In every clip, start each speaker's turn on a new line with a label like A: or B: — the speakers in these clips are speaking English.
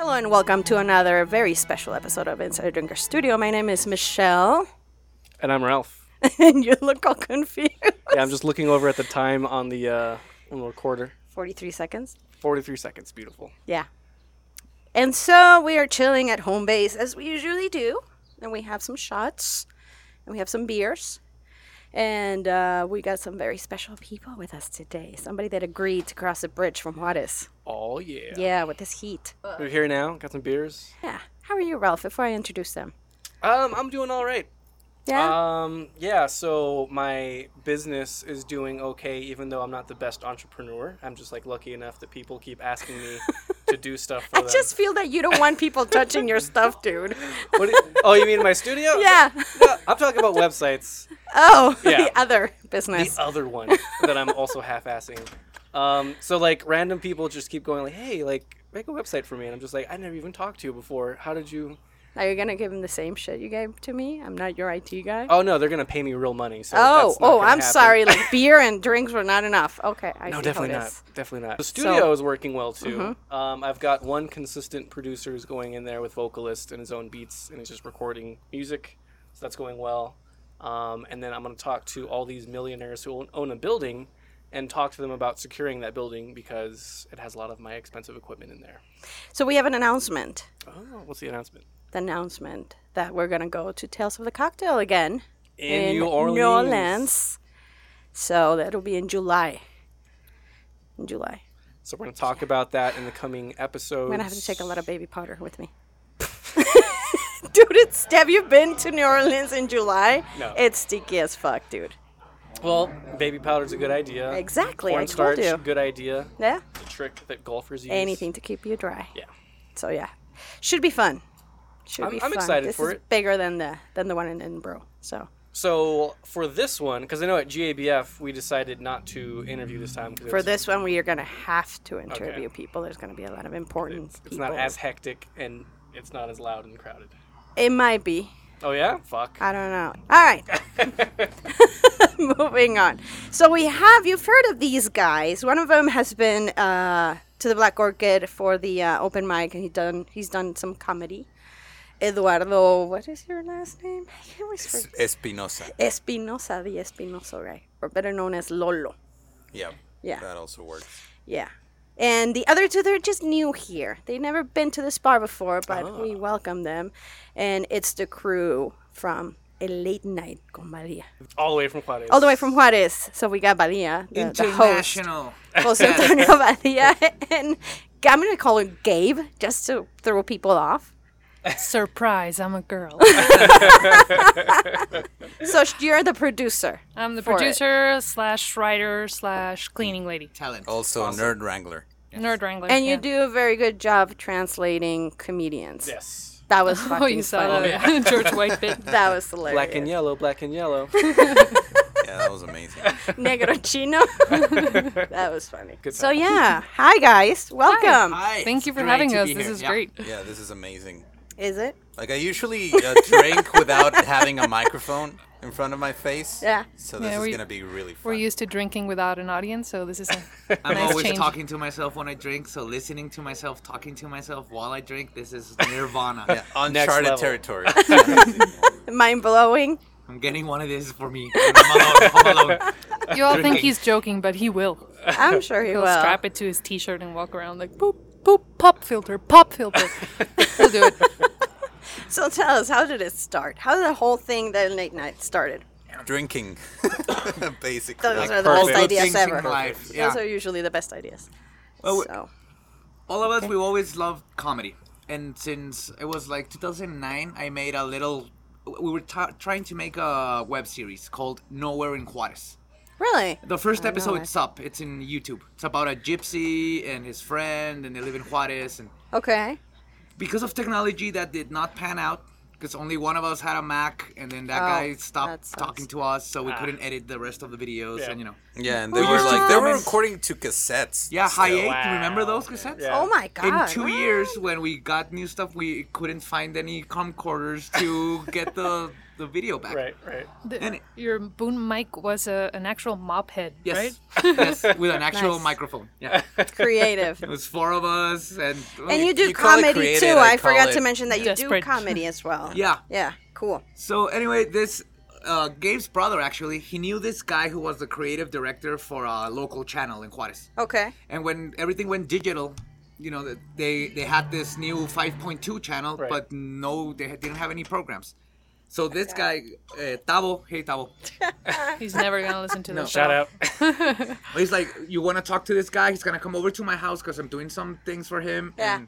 A: and welcome to another very special episode of Inside Drinker Studio. My name is Michelle,
B: And I'm Ralph.
A: and you look all confused.
B: Yeah, I'm just looking over at the time on the uh, on the recorder.
A: 43 seconds?
B: 43 seconds. Beautiful.
A: Yeah. And so we are chilling at home base as we usually do. And we have some shots and we have some beers. And uh, we got some very special people with us today. Somebody that agreed to cross the bridge from Juarez.
B: Oh yeah.
A: Yeah, with this heat.
B: We're here now. Got some beers.
A: Yeah. How are you, Ralph, before I introduce them?
B: Um, I'm doing all right.
A: Yeah.
B: Um, yeah. So my business is doing okay, even though I'm not the best entrepreneur. I'm just like lucky enough that people keep asking me to do stuff for
A: I
B: them.
A: just feel that you don't want people touching your stuff, dude.
B: What do you- oh, you mean my studio?
A: Yeah.
B: Well, I'm talking about websites.
A: Oh,
B: Yeah.
A: the other business.
B: the other one that I'm also half-assing. Um, so like random people just keep going like, "Hey, like make a website for me," and I'm just like, "I never even talked to you before. How did you?"
A: Are you gonna give him the same shit you gave to me? I'm not your IT guy.
B: Oh no, they're gonna pay me real money. So
A: oh,
B: that's not
A: oh,
B: gonna
A: I'm
B: happen.
A: sorry. Like beer and drinks were not enough. Okay, I
B: No,
A: see
B: definitely
A: how it
B: not.
A: is. Mm-hmm.
B: Definitely not. The studio is working well too. Um, I've got one consistent producer who's going in there with vocalist and his own beats, and he's just recording music, so that's going well. Um, and then I'm going to talk to all these millionaires who own, own a building, and talk to them about securing that building because it has a lot of my expensive equipment in there.
A: So we have an announcement.
B: Oh, what's the announcement?
A: The announcement that we're gonna go to Tales of the Cocktail again
B: In New Orleans.
A: Orleans. So that'll be in July. In July,
B: So we're going to talk about that in the coming episodes.
A: I'm gonna have to take a lot of baby powder with me. Dude, it's have you been to New Orleans in July?
B: No.
A: It's sticky as fuck, dude.
B: Well, baby powder's a good idea.
A: Exactly, I told
B: Cornstarch,
A: you.
B: good idea.
A: Yeah.
B: The trick that golfers use.
A: anything to keep you dry.
B: Yeah.
A: So yeah, should be fun. Should
B: I'm-
A: be
B: I'm
A: fun.
B: excited
A: this
B: for
A: is
B: it.
A: Bigger than the than the one in Edinburgh. So
B: So for this one, because I know at GABF we decided not to interview this time. 'cause
A: for
B: it's,
A: this one, we are gonna have to interview people. There's gonna be a lot of important
B: it's
A: people.
B: not as hectic and it's not as loud and crowded.
A: it might be.
B: Oh yeah, fuck.
A: I don't know. All right. Moving on. So we have you've heard of these guys. One of them has been uh, to the Black Orchid for the uh, open mic, and he done he's done some comedy. Eduardo, what is your last name? I always forget.
C: Espinosa.
A: Espinosa, the Espinosa guy, or better known as Lolo.
C: Yeah.
A: Yeah.
C: That also works.
A: Yeah. And the other two, they're just new here. They've never been to this bar before, but we welcome them. And it's the crew from a late night con Maria.
B: All the way from Juarez.
A: All the way from Juarez. So we got Maria, the, the host.
D: International.
A: Jose Antonio Maria. And I'm going to call him Gabe just to throw people off.
E: Surprise, I'm a girl.
A: So you're the producer.
E: I'm the
A: For it.
E: producer slash writer slash cleaning lady.
D: Talent.
C: Also, Nerd Wrangler.
E: Nerd wrangler.
A: And
E: yeah.
A: you do a very good job translating comedians.
B: Yes.
A: That was fucking
E: Oh, you saw
A: funny.
E: that George White bit.
A: That was hilarious.
B: Black and yellow, black and yellow.
C: Yeah, that was amazing.
A: Negro chino. that was funny.
B: Good
A: So yeah, hi guys, welcome.
C: Hi.
E: Thank you for
D: Great
E: having
D: to
E: us.
D: be
E: This
D: here,
E: is
D: yeah.
E: great.
C: Yeah, this is amazing.
A: Is it?
C: Like I usually uh, drink without having a microphone in front of my face.
A: Yeah.
C: So this
E: Yeah, we-
C: is gonna be really fun.
E: We're used to drinking without an audience, so this is a
D: I'm
E: nice
D: always
E: change.
D: talking to myself when I drink, so listening to myself, talking to myself while I drink, this is nirvana.
C: yeah, uncharted
B: level.
C: territory.
A: Mind blowing.
D: I'm getting one of these for me. when I'm alone, home alone.
E: You all think he's joking, but he will.
A: I'm sure he
E: He'll
A: will.
E: strap it to his T-shirt and walk around like boop boop pop filter pop filter. He'll do it.
A: So tell us, how did it start? How did the whole thing, the late night, started?
C: Drinking, basically.
A: Those
C: Like,
A: are the best
B: perfect.
A: ideas
D: Things in
A: ever.
D: life,
A: Those
D: yeah.
A: are usually the best ideas.
D: Well, we-
A: so
D: All of us, we always loved comedy. And since it was like 2009, I made a little. We were ta trying to make a web series called Nowhere in Juarez.
A: really,
D: The first
A: I know
D: episode,
A: it.
D: it's up. It's in YouTube. It's about a gypsy and his friend, and they live in Juarez. And
A: okay.
D: because of technology that did not pan out because only one of us had a mac and then that
A: Oh,
D: guy
A: that
D: stopped
A: sucks.
D: talking to us so we couldn't edit the rest of the videos
B: Ah. Yeah.
D: and you know
C: yeah, and they were like they were recording to cassettes.
D: yeah
C: still.
D: high eight
B: Wow.
D: remember those cassettes
B: Yeah.
A: Oh my god.
D: in two
A: what?
D: years when we got new stuff we couldn't find any camcorders to get the the video back.
B: Right, right.
E: The-
D: And it-
E: your boon mic was a, an actual mop head, right?
D: Yes. yes, with an actual
A: Nice.
D: microphone. Yeah.
A: Creative.
D: It was four of us and
A: And you do
C: you call it
A: comedy
C: creative,
A: too.
C: I
A: I forgot
C: call
A: to
C: it
A: mention that you
E: desperate.
A: do comedy as well.
D: Yeah.
A: Yeah. Cool.
D: So anyway, this uh, Gabe's brother actually he knew this guy who was the creative director for a local channel in Juarez.
A: Okay.
D: And when everything went digital, you know that they they had this new 5.2 channel,
B: Right.
D: but no, they didn't have any programs. So this guy uh, Tavo, hey Tavo,
E: He's never gonna listen to this.
B: Shout out.
D: Oh, he's like, you want to talk to this guy? He's gonna come over to my house because I'm doing some things for him.
A: Yeah.
D: And,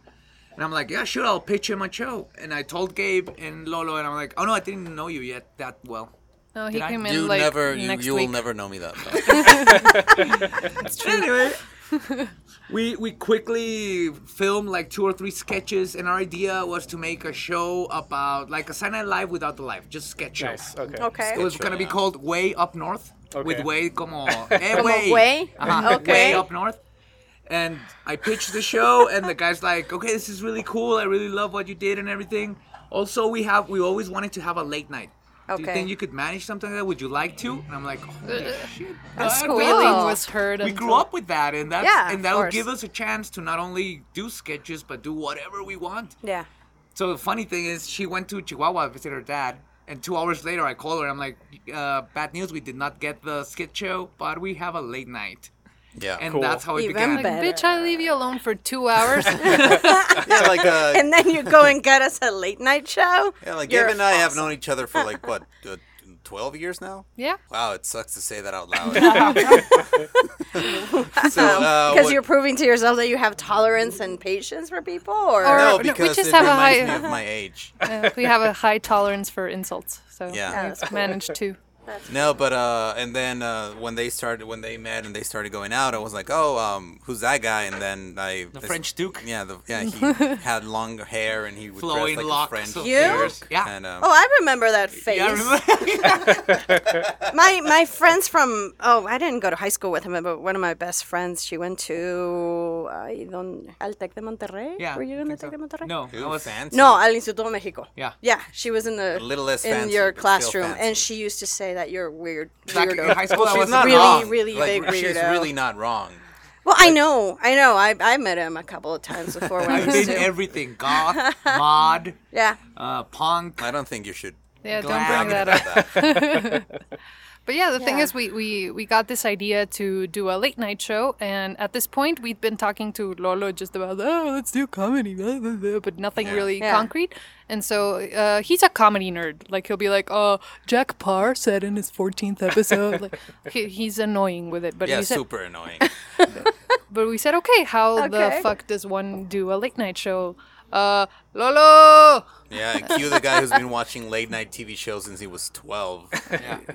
D: and I'm like, yeah, sure, I'll pitch him a show. And I told Gabe and Lolo, and I'm like, oh no, I didn't know you yet that well.
E: No, he
D: Did I-
E: came in
C: You
E: like
C: never, you,
E: next
C: you will
E: week.
C: never know me that well.
D: Anyway, we we quickly filmed like two or three sketches, and our idea was to make a show about like a Saturday Night Live without the live, just sketch show.
B: nice. Okay.
A: Okay.
D: It was gonna be called Way Up North with
B: Okay.
D: Way como eh,
A: Como
D: way
A: way?
D: Uh-huh,
A: Okay.
D: way up north. And I pitched the show, and the guy's like, "Okay, this is really cool. I really love what you did and everything." Also, we have we always wanted to have a late night. Do you
A: Okay.
D: think you could manage something like that? Would you like to? And I'm like, "Holy shit!"
E: A
D: I don't
E: squealing
D: know."
E: was heard.
D: we
E: until-
D: grew up with that and that's
A: Yeah,
D: and
A: of
D: that'll
A: course.
D: give us a chance to not only do sketches but do whatever we want
A: Yeah.
D: so the funny thing is she went to chihuahua to visit her dad and two hours later i call her and i'm like uh, bad news we did not get the skit show but we have a late night
C: yeah.
D: and
B: Cool.
D: that's how it
A: Even
D: began
E: Like,
A: better.
E: bitch, I leave you alone for two hours.
C: yeah, like, uh,
A: And then you go and get us a late night show.
C: yeah, like
A: You're
C: Gabe and I have
A: awesome.
C: known each other for like, what, uh, 12 years now?
E: yeah.
C: Wow, it sucks to say that out loud. so, uh,
A: Because
C: what-
A: you're proving to yourself that you have tolerance and patience for people, or,
E: Or-
C: No,
E: we
C: because
E: just
C: it
E: have a
C: reminds
E: high-
C: me of my age.
E: Uh, we have a high tolerance for insults, so
C: Yeah.
E: we've managed to.
C: No, but uh, and then uh, when they started, when they met and they started going out, I was like, oh, um, who's that guy? And then I
D: the french duke
C: Yeah, the, yeah, he had long hair and he would
D: flowing
C: dress like a
D: locks
C: French.
D: of
A: You?
D: hairs. yeah
C: And, um,
A: oh, I remember that face.
D: yeah, I remember.
A: my my friends from oh I didn't go to high school with him, but one of my best friends she went to I don't Al Tec de Monterrey.
D: yeah.
A: were you
D: I
A: in the Tec
D: think
A: de
D: so.
A: Monterrey?
D: No,
C: who
D: I was
C: fancy?
A: No, al Instituto de Mexico.
D: Yeah.
A: Yeah, she was in the
C: A little less
A: in
C: fancy,
A: your
C: but still
A: classroom,
C: fancy.
A: and she used to say that you're weird.
D: Back in
A: weirdo.
D: high school, I
C: she's
D: was
C: not
A: really,
C: wrong.
A: really
C: like,
A: big
C: She's
A: weirdo.
C: really not wrong.
A: Well, I know, I know. I I met him a couple of times before when I
D: I've
A: was
D: been
A: two.
D: everything goth, mod,
A: Yeah,
D: uh, punk.
C: I don't think you should
E: Yeah, don't
D: Glad
E: bring
D: I
E: that
C: about
E: up.
C: that.
E: But yeah, the thing
A: Yeah.
E: is, we, we we got this idea to do a late night show, and at this point, we'd been talking to Lolo just about oh, let's do comedy, blah, blah, blah," but nothing really
A: Yeah.
E: concrete. And so uh, he's a comedy nerd. Like he'll be like, "Oh, Jack Parr said in his 14th episode." like he, he's annoying with it, but
C: Yeah,
E: we said,
C: super annoying.
E: but we said, "Okay, how the
A: Okay.
E: fuck does one do a late night show?" Uh, Lolo.
C: Yeah, cue the guy who's been watching late night TV shows since he was 12.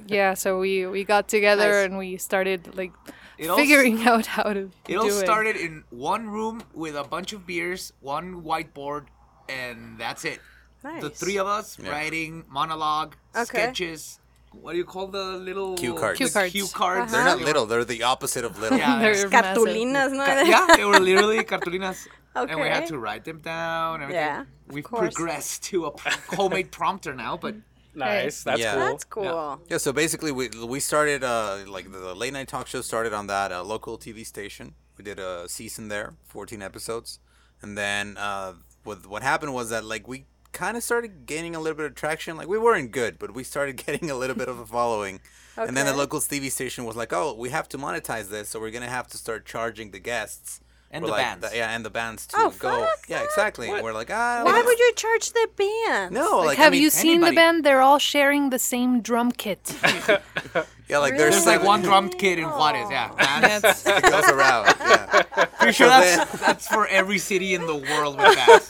E: Yeah, so we we got together
A: Nice.
E: and we started like
D: It all s-
E: figuring out how to
D: It
E: do
D: all
E: it.
D: started in one room with a bunch of beers, one whiteboard, and that's it. The
A: Nice.
D: three of us writing monologue,
A: Okay.
D: sketches. What do you call the little
C: Cue cards.
E: Cue
D: the
E: cards.
D: Cue
A: Uh-huh.
D: cards.
C: They're not little, they're the opposite of little.
D: Yeah.
E: They're massive.
A: cartulinas, no?
D: Ca- yeah, they were literally cartulinas, and we had
A: Okay.
D: to write them down. Everything.
A: Yeah, of
D: we've
A: course.
D: progressed to a pr- homemade prompter now, but
B: Nice. That's
C: Yeah.
B: cool.
A: That's cool.
C: Yeah, so basically, we we started uh, like the late night talk show started on that uh, local TV station. We did a season there, fourteen episodes, and then uh, with what happened was that like we kind of started gaining a little bit of traction. Like we weren't good, but we started getting a little bit of a following. And then the
A: Okay.
C: local TV station was like, "Oh, we have to monetize this, so we're gonna have to start charging the guests
D: And
C: We're
D: the
C: like,
D: bands.
C: yeah, and the bands to
A: Oh,
C: go,
A: fuck
C: yeah, exactly." And we're like, "Ah,
A: Why
C: let's-
A: would you charge the band?
C: no, like, I
E: Have
C: mean,
E: you seen the
D: anybody-
E: band? They're all sharing the same drum kit.
C: Yeah, like
A: Really?
C: there's
D: there's like one drum kid
A: Oh.
D: in Juarez. Yeah, bands.
E: That's
C: It goes around. Yeah.
D: Pretty sure
C: So
D: that's that's for every city in the world with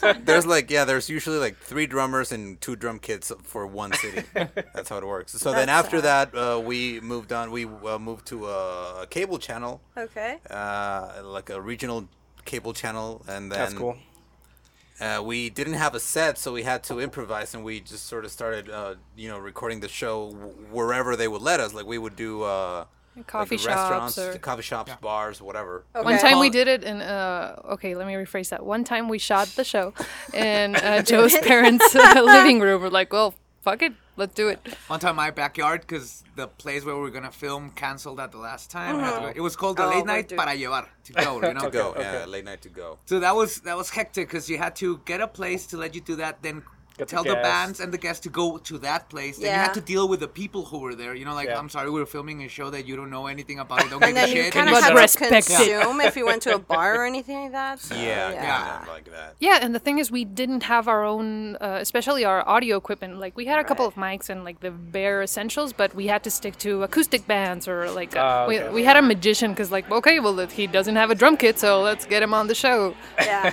D: bands.
C: There's like yeah, there's usually like three drummers and two drum kits for one city. That's how it works. So then
A: That's
C: after that, uh, we moved on. We uh, moved to a, a cable channel,
A: Okay.
C: uh, like a regional cable channel, and then
B: That's cool.
C: uh, we didn't have a set, so we had to improvise, and we just sort of started, uh, you know, recording the show wh- wherever they would let us. Like we would do uh, like
E: coffee
C: restaurants,
E: shops or. Oh,
C: coffee shops, bars, whatever.
E: One
A: Okay.
E: time we
D: Well-
E: did it in, uh, okay, let me rephrase that. One time we shot the show in uh, Joe's parents' uh, living room. We're like, well, fuck it. Let's do it.
D: one time my backyard because the place where we were gonna film canceled at the last time. I had to go- It was called the
A: Oh,
D: late
A: my
D: night
A: dude.
D: para llevar to go, you know.
C: to go.
B: okay.
C: Yeah, late night to go.
D: So that was that was hectic because you had to get a place to let you do that, then
B: Get the
D: tell the,
B: guests.
D: bands and the guests to go to that place. Then you
A: Yeah.
D: had to deal with the people who were there. You know, like
B: Yeah.
D: I'm sorry, we are filming a show that you don't know anything about. I don't give
A: And
D: a
A: then you
D: shit.
A: kind of
E: But
A: had to
E: respect it.
A: consume if you went to a bar or anything like that. so,
C: Yeah,
D: Yeah.
C: kind of like that.
E: Yeah, and the thing is, we didn't have our own, uh, especially our audio equipment. Like we had a couple of mics and like the bare essentials, but we had to stick to acoustic bands or like uh,
B: Ah,
E: we,
B: okay.
E: we had a magician because like okay, well he doesn't have a drum kit, so let's get him on the show.
A: yeah.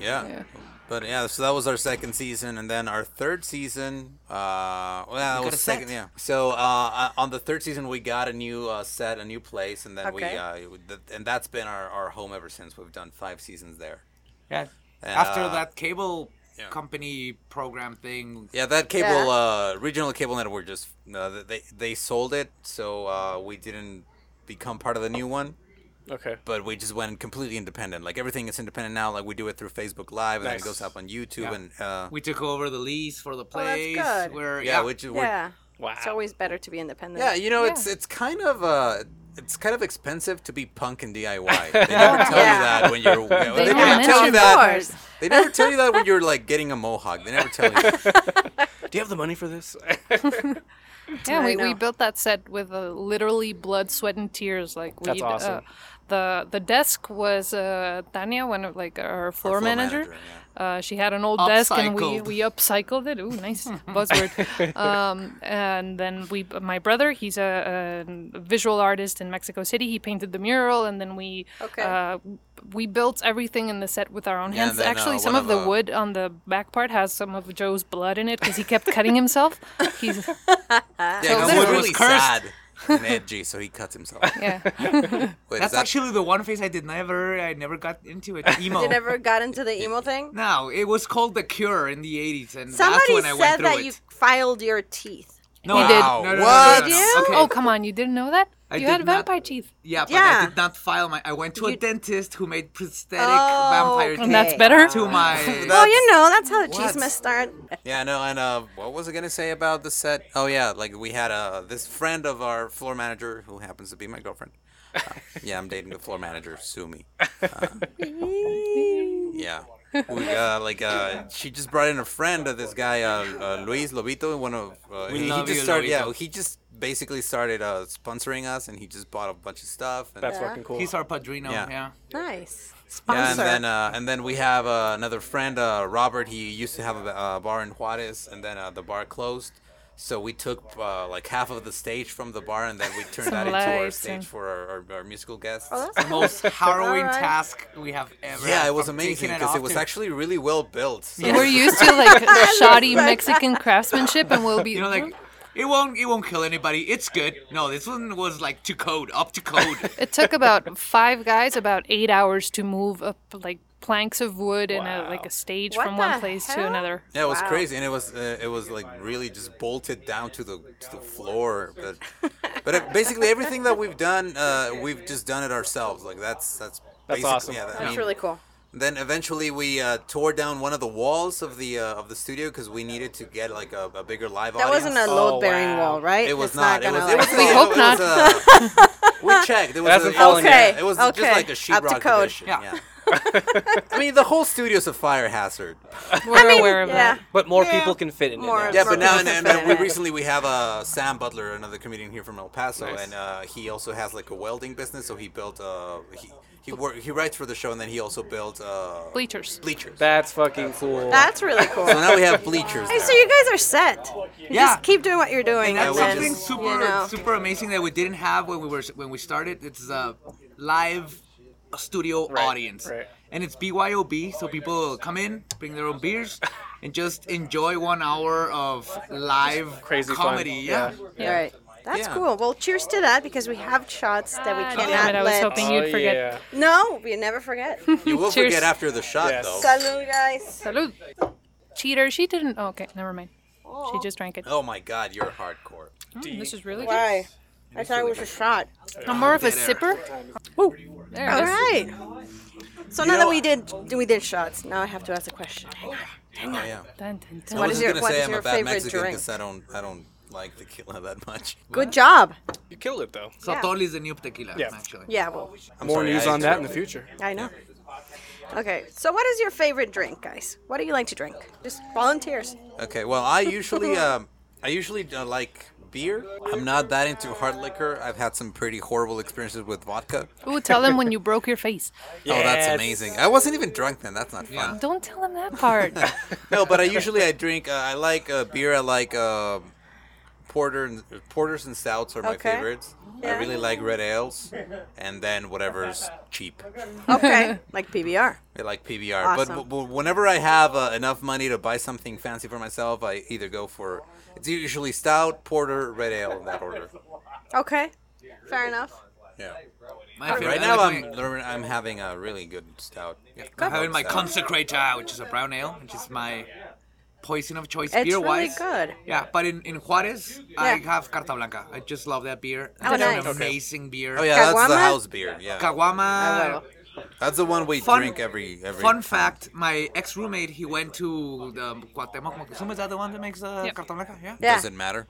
C: Yeah. But yeah, so that was our second season, and then our third season. Uh, well, that
D: got
C: was
D: a
C: second.
D: set.
C: Yeah. So uh, uh, on the third season, we got a new uh, set, a new place, and then
A: Okay.
C: we, uh, th- and that's been our, our home ever since. We've done five seasons there.
D: yeah.
C: And,
D: After
C: uh,
D: that cable
C: Yeah.
D: company program thing,
C: Yeah, that cable,
A: Yeah.
C: Uh, regional cable network, just uh, they they sold it, so uh, we didn't become part of the new one.
B: Okay.
C: But we just went completely independent. Like everything is independent now. Like we do it through Facebook Live, and then
B: Nice.
C: it goes up on YouTube.
D: Yeah.
C: And uh,
D: we took over the lease for the
A: Oh, that's
D: place.
A: good.
D: Where
C: yeah,
D: yeah,
C: which we're,
A: Yeah.
B: Wow.
A: It's always better to be independent.
C: Yeah, you know, it's it's kind of uh, it's kind of expensive to be punk and DIY. They never tell you that when you're. They,
E: don't
C: never tell you
E: mention
C: that.
A: yours.
C: They never tell you that when you're like getting a mohawk. They never tell you.
B: Do you have the money for this?
E: Yeah,
A: I
E: we, we
A: know.
E: built that set with uh, literally blood, sweat, and tears. Like we,
B: That's
E: uh,
B: awesome.
E: the the desk was uh, Tanya, one of like our floor,
C: floor
E: manager.
C: manager,
E: uh, she had an old desk, and we
D: Upcycled.
E: we upcycled it. Ooh, nice buzzword. um, and then we, my brother, he's a, a visual artist in Mexico City. He painted the mural, and then we
A: Okay.
E: uh, we built everything in the set with our own
C: Yeah, and
E: hands.
C: then, uh,
E: Actually, some
C: one
E: of
C: of
E: the
C: the-
E: wood on the back part has some of Joe's blood in it because he kept cutting himself. He's
C: Yeah,
E: that
C: because
E: was
C: we're really
D: cursed.
C: sad and edgy, so he cuts himself.
E: yeah.
C: Wait, is
D: that's
C: that-
D: actually the one phase I did never, I never got into it. Emo.
A: You never got into the emo thing?
D: No, it was called The Cure in the 80s, and that's
A: Somebody
D: when I went
A: said
D: through
A: that
D: it.
A: you filed your teeth.
D: no,
E: He did.
D: No, no, no,
C: What?
D: No,
A: Did
D: no,
A: you?
D: no. Okay.
E: Oh come on! You didn't know that?
D: I
E: you had
D: did not-
E: vampire teeth.
D: Yeah, but
A: Yeah.
D: I did not file my. I went to a
A: You-
D: dentist who made prosthetic
A: Oh,
D: vampire
A: And
D: teeth.
E: And that's better.
D: To my.
A: Well, you know, that's how the
C: What?
A: cheese must start.
C: Yeah, no, and uh, what was I gonna say about the set? Oh yeah, like we had uh, this friend of our floor manager who happens to be my girlfriend. Uh, yeah, I'm dating the floor manager. Sue me. Uh, Yeah. We, uh, like uh, she just brought in a friend of this guy, uh, uh, Luis Lobito. One of uh, he, he
D: love
C: just
D: you,
C: started. Yeah,
D: Lobito.
C: he just basically started uh, sponsoring us, and he just bought a bunch of stuff. And,
B: That's
A: Yeah.
B: fucking cool.
D: He's our padrino.
C: Yeah.
D: Yeah.
A: Nice.
C: yeah, and
A: Sponsor.
C: then uh, and then we have uh, another friend, uh, Robert. He used to have a uh, bar in Juarez, and then uh, the bar closed. So we took uh, like half of the stage from the bar, and then we turned that into our
E: lights
C: stage
E: and-
C: for our, our, our musical guests.
A: Oh, that's cool.
D: Most harrowing
A: Alright.
D: task we have ever.
C: yeah, it was
D: I'm
C: amazing
D: taking
C: because it
D: off
C: was
D: to-
C: actually really well built. So
E: We're used to like shoddy Mexican craftsmanship, and we'll be
D: You know, like. It won't. It won't kill anybody. It's good. No, this one was like to code, up to code.
E: It took about five guys about eight hours to move up like planks of wood and a, like a stage
A: What
E: from one
A: the
E: place to
A: hell?
E: another.
C: Yeah, it was
A: Wow.
C: crazy, and it was uh, it was like really just bolted down to the to the floor. But but it, basically everything that we've done, uh, we've just done it ourselves. Like that's that's
B: That's
C: basically-
B: awesome.
C: Yeah, that- I
A: That's
C: mean,
A: really cool.
C: Then eventually we uh, tore down one of the walls of the uh, of the studio because we needed to get like a, a bigger live
A: That
C: audience.
A: wasn't a load bearing
B: wow.
A: wall, right?
C: Oh, It was
A: It's
C: not. it
A: gonna,
C: was. It was
A: like-
C: a-
E: We hope
C: it was a- we checked. It was.
B: Hasn't
C: a,
B: fallen
A: yet.
C: It was
A: Okay,
C: just like
A: okay.
C: a sheetrock
A: Up to code.
C: condition,
D: Yeah.
C: Yeah. I mean, the whole studio's a fire hazard.
E: We're aware of
A: yeah.
E: that.
B: But more
A: Yeah.
B: people can fit in. it
A: More-
B: now.
C: Yeah, but
A: Smoking
C: now
A: with
C: and,
A: the
C: and,
A: fan.
C: and we recently we have uh, Sam Butler, another comedian here from El Paso,
B: Nice.
C: and uh, he also has like a welding business. So he built uh, he he, wor- he writes for the show, and then he also built uh,
E: Bleachers.
C: bleachers.
B: That's fucking cool.
A: That's really cool.
C: so now we have bleachers.
A: Hey,
C: there.
A: so you guys are set. You
D: Yeah.
A: Just keep doing what you're doing.
D: That's
C: Yeah, we
A: then,
D: something
C: just-
D: super
A: you know.
D: super amazing that we didn't have when we were when we started. It's a live studio
B: Right,
D: audience,
B: right.
D: and it's BYOB, so people come in, bring their own beers, and just enjoy one hour of live
B: Crazy fun.
D: comedy. Yeah.
A: All right. That's
C: Yeah.
A: cool. Well, cheers to that because we have shots that we
E: Ah, damn
A: cannot
E: it, I was
A: let.
E: hoping
B: Oh,
E: you'd forget.
B: yeah.
A: No, we never forget.
C: You will
E: Cheers.
C: forget after the shot,
B: Yes.
C: though.
A: Salud, guys.
E: Salud. Cheater. She didn't. Oh, okay, never mind. She just drank it.
C: Oh my God, you're hardcore.
E: Mm, this is really good.
A: Why? I thought it was a shot.
E: I'm more of a
D: Bitter.
E: sipper. Woo. There
A: All
E: it is.
A: right. So
C: You
A: now that
C: know-
A: we did we did shots, now I have to ask a question. Hang on.
C: Oh, yeah.
E: Dun, dun,
C: I
E: dun.
A: What is
C: was just
A: your-
C: gonna
A: what
C: say
A: is
C: I'm
A: your
C: a bad
A: favorite
C: Mexican
A: drink?
C: because I don't I don't like tequila that much.
A: Good job.
B: You killed it though.
A: Yeah.
D: Sotol is the new tequila,
B: Yeah.
D: actually.
A: Yeah, well,
C: I'm
B: More
C: sorry,
B: news
C: I
B: on that in the
C: interrupted.
B: future.
A: I know. Okay, so what is your favorite drink, guys? What do you like to drink? Just volunteers.
C: Okay, well, I usually um, I usually uh, like beer. I'm not that into hard liquor. I've had some pretty horrible experiences with vodka.
E: Ooh, tell them when you broke your face.
C: Oh, that's
B: Yes.
C: amazing. I wasn't even drunk then. That's not fun.
D: Yeah.
E: Don't tell them that part.
C: No, but I usually I drink. Uh, I like uh, beer. I like um porter and porters and stouts are my
A: Okay.
C: favorites.
A: Yeah.
C: I really like red ales, and then whatever's cheap.
A: Okay, like PBR.
C: I like PBR. But
A: Awesome.
C: w- w- whenever I have uh, enough money to buy something fancy for myself, I either go for it's usually stout, porter, red ale in that order.
A: Okay, fair enough.
C: Yeah.
D: My favorite.
C: Right
D: I
C: now
D: like
C: I'm
D: my-
C: learning, I'm having a really good stout.
D: I'm having my
C: Stout.
D: Consecrator, which is a brown ale, which is my poison of choice
A: It's
D: beer
A: really
D: wise.
A: good.
D: Yeah, but in, in Juarez, I
A: Yeah.
D: have Carta Blanca. I just love that beer.
A: Oh,
D: That's
A: nice.
D: an amazing beer.
C: Oh yeah, that's the
A: Caguama?
C: house beer. Yeah, Uh,
A: Ah,
D: Caguama.
C: that's the one we
D: Fun-
C: drink every every.
D: Fun fact my ex roommate, he went to the Cuauhtemoc Moctezuma. Is that the one that makes uh,
E: Yeah.
D: Carta Blanca? Yeah.
A: Yeah.
C: Doesn't matter.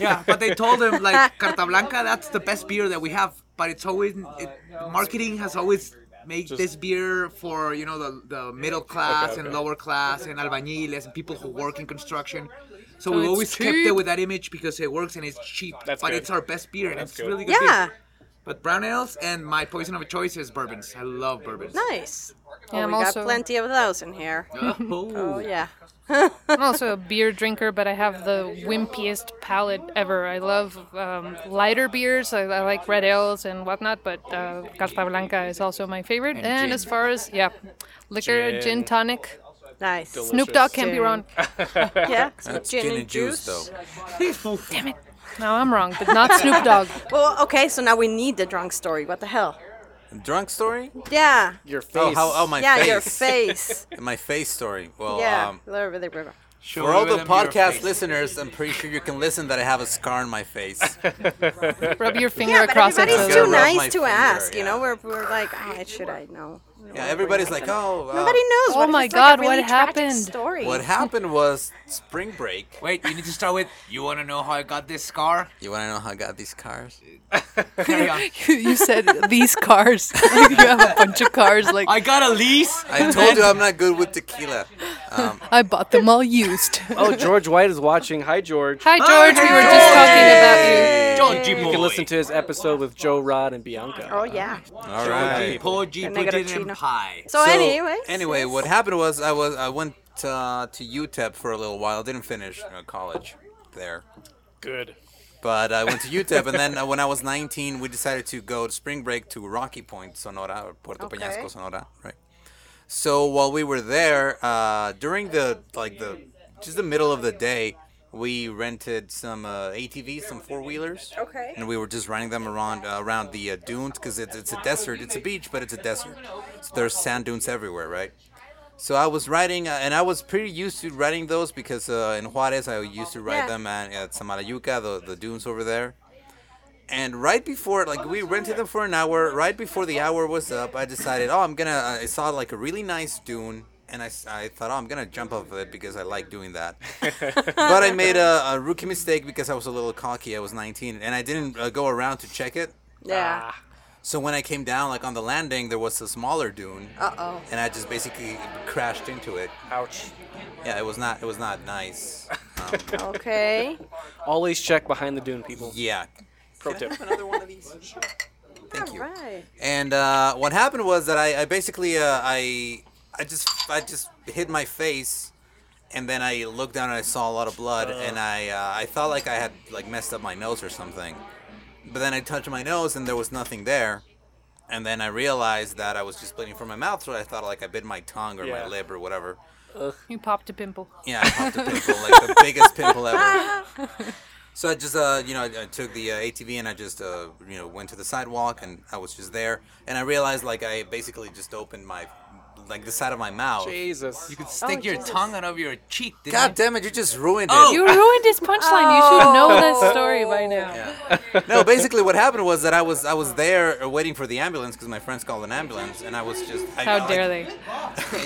D: Yeah, but they told him like Carta Blanca, that's the best beer that we have. But it's always it, marketing has always made this beer for you know the, the middle class
B: Okay,
D: and
B: okay.
D: lower class and albañiles and people who work in construction.
E: So
D: So we
E: it's
D: always kept
E: cheap.
D: it with that image because it works and it's cheap.
B: That's
D: but
B: good.
D: it's our best beer and
B: That's
D: it's
B: good.
D: really good.
A: Yeah,
D: Beer. But brown ales and my poison of choice is bourbons. I love bourbons.
A: nice. Oh,
E: Yeah, I'm
A: we got
E: also-
A: plenty of those in here.
D: Oh,
A: Oh yeah.
E: I'm also a beer drinker, but I have the wimpiest palate ever. I love um, lighter beers. I, I like red ales and whatnot, but uh, Carta Blanca is also my favorite. And,
D: And gin.
E: as far as yeah, liquor, gin,
B: Gin.
E: tonic,
A: Nice.
E: Snoop Dogg can't be
A: Gin.
E: wrong.
A: Yeah, some
C: That's
A: gin, and juice.
C: though.
D: Damn it.
E: No, I'm wrong, but not Snoop Dogg.
A: Well, okay, so now we need the drunk story. What the hell?
C: Drunk story?
A: Yeah.
B: Your face.
C: Oh, how, oh my
A: yeah,
C: face.
A: your face.
C: My face story. Well,
A: yeah,
C: um,
A: over the river.
D: Show
C: for all the
D: them your
C: podcast
D: face.
C: listeners, I'm pretty sure you can listen that I have a scar on my face.
E: Rub your finger
A: Yeah, but
E: across it.
A: everybody's
E: so-
A: too
C: Gotta rub my
A: nice to
C: finger,
A: ask. You
C: yeah.
A: know, we're, we're like, oh, should I know?
C: Yeah, everybody's like, oh, uh,
A: Nobody knows.
E: Oh
A: What if
E: my
A: it's like
E: God,
A: a really
E: what
A: tragic
E: happened?
A: Story.
C: what happened was spring break.
D: Wait, you need to start with. You want to know how I got this scar?
C: You want to know how I got these cars?
D: Carry on.
E: you said these cars. you have a bunch of cars. Like
D: I got a lease.
C: I told you I'm not good with tequila. Um,
E: I bought them all used.
B: Oh, George White is watching. Hi, George.
E: Hi George, we were just talking about you.
D: Oh, Georgie
B: You can listen to his episode with Joe Rod and Bianca.
A: Oh yeah.
C: all right.
D: Poggi
A: And
D: put it in
A: Negarochino.
D: pie.
A: So,
C: So,
A: anyway.
C: anyway, what happened was I was I went uh, to UTEP for a little while. Didn't finish uh, college there.
B: Good.
C: But I went to UTEP, and then uh, when I was 19, we decided to go to spring break to Rocky Point, Sonora, or Puerto
A: Okay.
C: Peñasco, Sonora, right? So while we were there, uh, during the like the just the middle of the day, we rented some uh, ATVs, some four wheelers,
A: Okay.
C: and we were just riding them around uh, around the uh, dunes because it's it's a desert, it's a beach, but it's a desert. So there's sand dunes everywhere, right? So I was riding, uh, and I was pretty used to riding those because uh, in Juarez I used to ride
A: Yeah.
C: them at, at Samalayuca, the, the dunes over there. And right before, like we rented them for an hour. Right before the hour was up, I decided, oh, I'm gonna. I saw like a really nice dune, and I, s- I thought, oh, I'm gonna jump off of it because I like doing that. but I made a, a rookie mistake because I was a little cocky. I was 19, and I didn't uh, go around to check it.
A: Yeah.
C: So when I came down, like on the landing, there was a smaller dune,
A: Uh oh.
C: and I just basically crashed into it.
B: Ah, Ouch.
C: Yeah, it was not. It was not nice.
A: Okay.
B: Always check behind the dune, people.
C: Yeah.
B: Pro tip.
C: Another one of these. Thank you.
A: Right.
C: And uh, what happened was that I, I basically uh, I I just I just hit my face, and then I looked down and I saw a lot of blood, and I uh, I felt like I had like messed up my nose or something, but then I touched my nose and there was nothing there, and then I realized that I was just bleeding from my mouth, so I thought like I bit my tongue or
B: Yeah.
C: my lip or whatever.
E: You popped a pimple.
C: Yeah, I popped a pimple, like the biggest pimple ever. So I just, uh, you know, I, I took the uh, ATV and I just, uh, you know, went to the sidewalk and I was just there. And I realized, like, I basically just opened my, like, the side of my mouth.
B: Jesus.
D: You could
E: oh,
D: stick your
A: Jesus.
D: tongue out of your cheek. didn't
C: God
D: you?
C: damn it, you just ruined it.
D: Oh!
E: You ruined his punchline. You should know that story by now.
C: Yeah. no, basically what happened was that I was I was there waiting for the ambulance because my friends called an ambulance, and I was just I,
E: How
C: I-
E: dare they?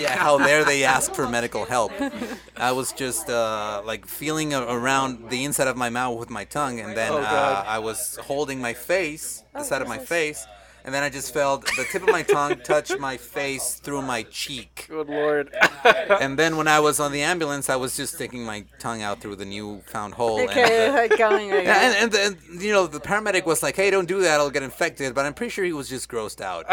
C: yeah, how dare they ask for medical help? I was just uh, like feeling a- around the inside of my mouth with my tongue, and then
B: Oh,
C: uh,
B: God.
C: I was holding my face, the side of my face, and then I just felt the tip of my tongue touch my face through my cheek.
B: Good lord.
C: And then when I was on the ambulance, I was just sticking my tongue out through the newfound hole. and,
A: Okay,
C: uh,
A: like going like
C: yeah, and, and, and you know the paramedic was like, "Hey, don't do that; I'll get infected." But I'm pretty sure he was just grossed out.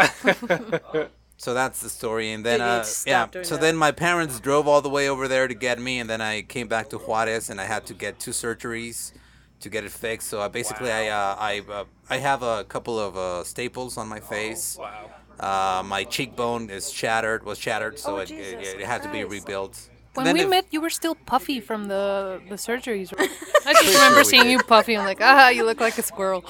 C: so that's the story. And then,
A: They need to
C: uh,
A: stop
C: yeah.
A: doing
C: So
A: that.
C: then my parents drove all the way over there to get me, and then I came back to Juarez, and I had to get two surgeries to get it fixed. So I basically, I, uh, I, uh, I have a couple of uh, staples on my face.
B: wow.
C: Uh, my cheekbone is shattered, was shattered, so
A: Oh,
C: it, it,
A: Jesus
C: it had to be
A: Christ.
C: rebuilt.
E: When
C: Then
E: we
C: if-
E: met, you were still puffy from the the surgeries. right? I just
C: Pretty sure
E: remember
C: we
E: seeing
C: did.
E: you puffy. I'm like, ah, you look like a squirrel.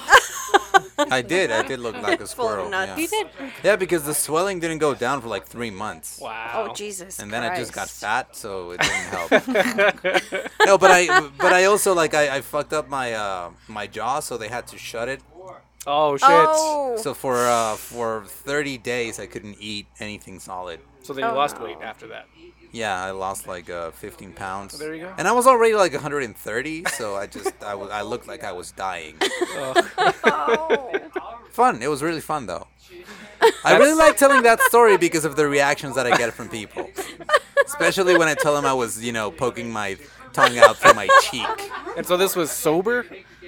C: I did, I did look like a
A: Full
C: squirrel.
A: nuts.
C: Yeah.
E: You did.
C: yeah, because the swelling didn't go down for like three months.
B: Wow.
A: Oh Jesus!
C: and then I just got
A: Christ.
C: fat, so it didn't help. no, but I but I also like I, I fucked up my uh, my jaw, so they had to shut it.
B: Oh shit.
A: Oh,
C: So for uh, for 30 days, I couldn't eat anything solid.
B: So then you lost weight after that.
C: Yeah, I lost like uh, 15 pounds.
B: There you go.
C: And I was already like 130, so I just I was I looked like I was dying.
A: Oh.
C: fun. It was really fun though. I really like telling that story because of the reactions that I get from people, especially when I tell them I was you know poking my tongue out through my cheek.
B: And so this was sober?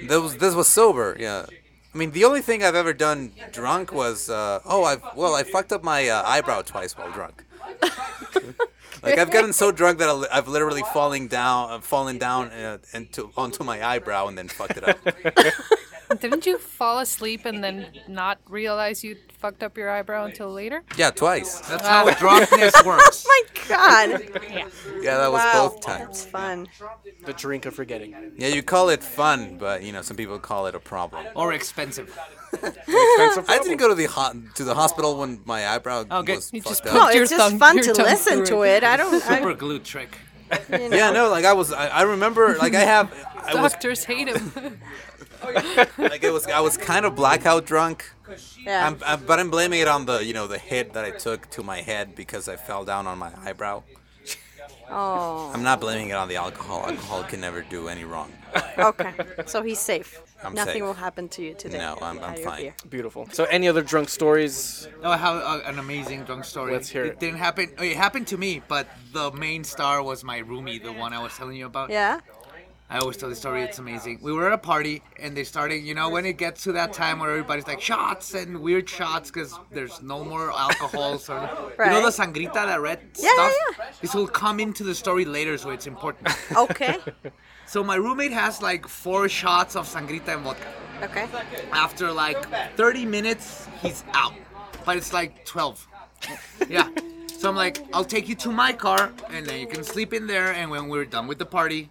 C: This was this was sober. Yeah. I mean, the only thing I've ever done drunk was uh, oh, I well, I fucked up my uh, eyebrow twice while drunk. like I've gotten so drunk that I'll- I've literally falling down, uh, fallen down uh, into onto my eyebrow and then fucked it up.
E: Didn't you fall asleep and then not realize you fucked up your eyebrow until later?
C: Yeah, twice.
D: That's how drunkenness works.
A: my God!
C: Yeah, that was
A: wow,
C: both times.
A: that's fun.
B: The drink of forgetting.
C: Yeah, you call it fun, but you know some people call it a problem.
D: Or expensive.
C: I didn't go to the ho- to the hospital when my eyebrow
D: Oh, good.
C: was
E: You just
C: fucked
E: put
A: No,
C: up.
E: Your
A: it's just
E: tongue-
A: fun
E: your
A: to
E: tongue
A: listen
E: through
A: to
E: it.
A: it. I don't. I,
D: Super glue trick.
A: you know.
C: Yeah, no, like I was, I, I remember, like I have, I was,
E: Doctors hate him.
C: like it was, I was kind of blackout drunk.
A: Yeah.
C: I'm, I'm, but I'm blaming it on the, you know, the hit that I took to my head because I fell down on my eyebrow.
A: oh,
C: I'm not blaming it on the alcohol. Alcohol can never do any wrong.
A: okay. So he's safe.
C: I'm
A: Nothing
C: safe.
A: will happen to you today.
C: No, I'm- I'm
A: out of your
C: fine.
A: beer.
B: Beautiful. So any other drunk stories?
D: Oh, I have uh, an amazing drunk story.
B: Let's hear it.
D: didn't happen. oh, It happened to me, but the main star was my roomie, the one I was telling you about.
A: Yeah.
D: I always tell the story. It's amazing. We were at a party, and they started. You know, when it gets to that time where everybody's like shots and weird shots because there's no more alcohol. So you know
A: Right.
D: the sangrita, that red
A: Yeah, yeah,
D: stuff.
A: yeah.
D: This will come into the story later, so it's important.
A: Okay.
D: so my roommate has like four shots of sangrita and vodka.
A: Okay.
D: After like 30 minutes, he's out. But it's like 12. yeah. So I'm like, I'll take you to my car, and then you can sleep in there. And when we're done with the party,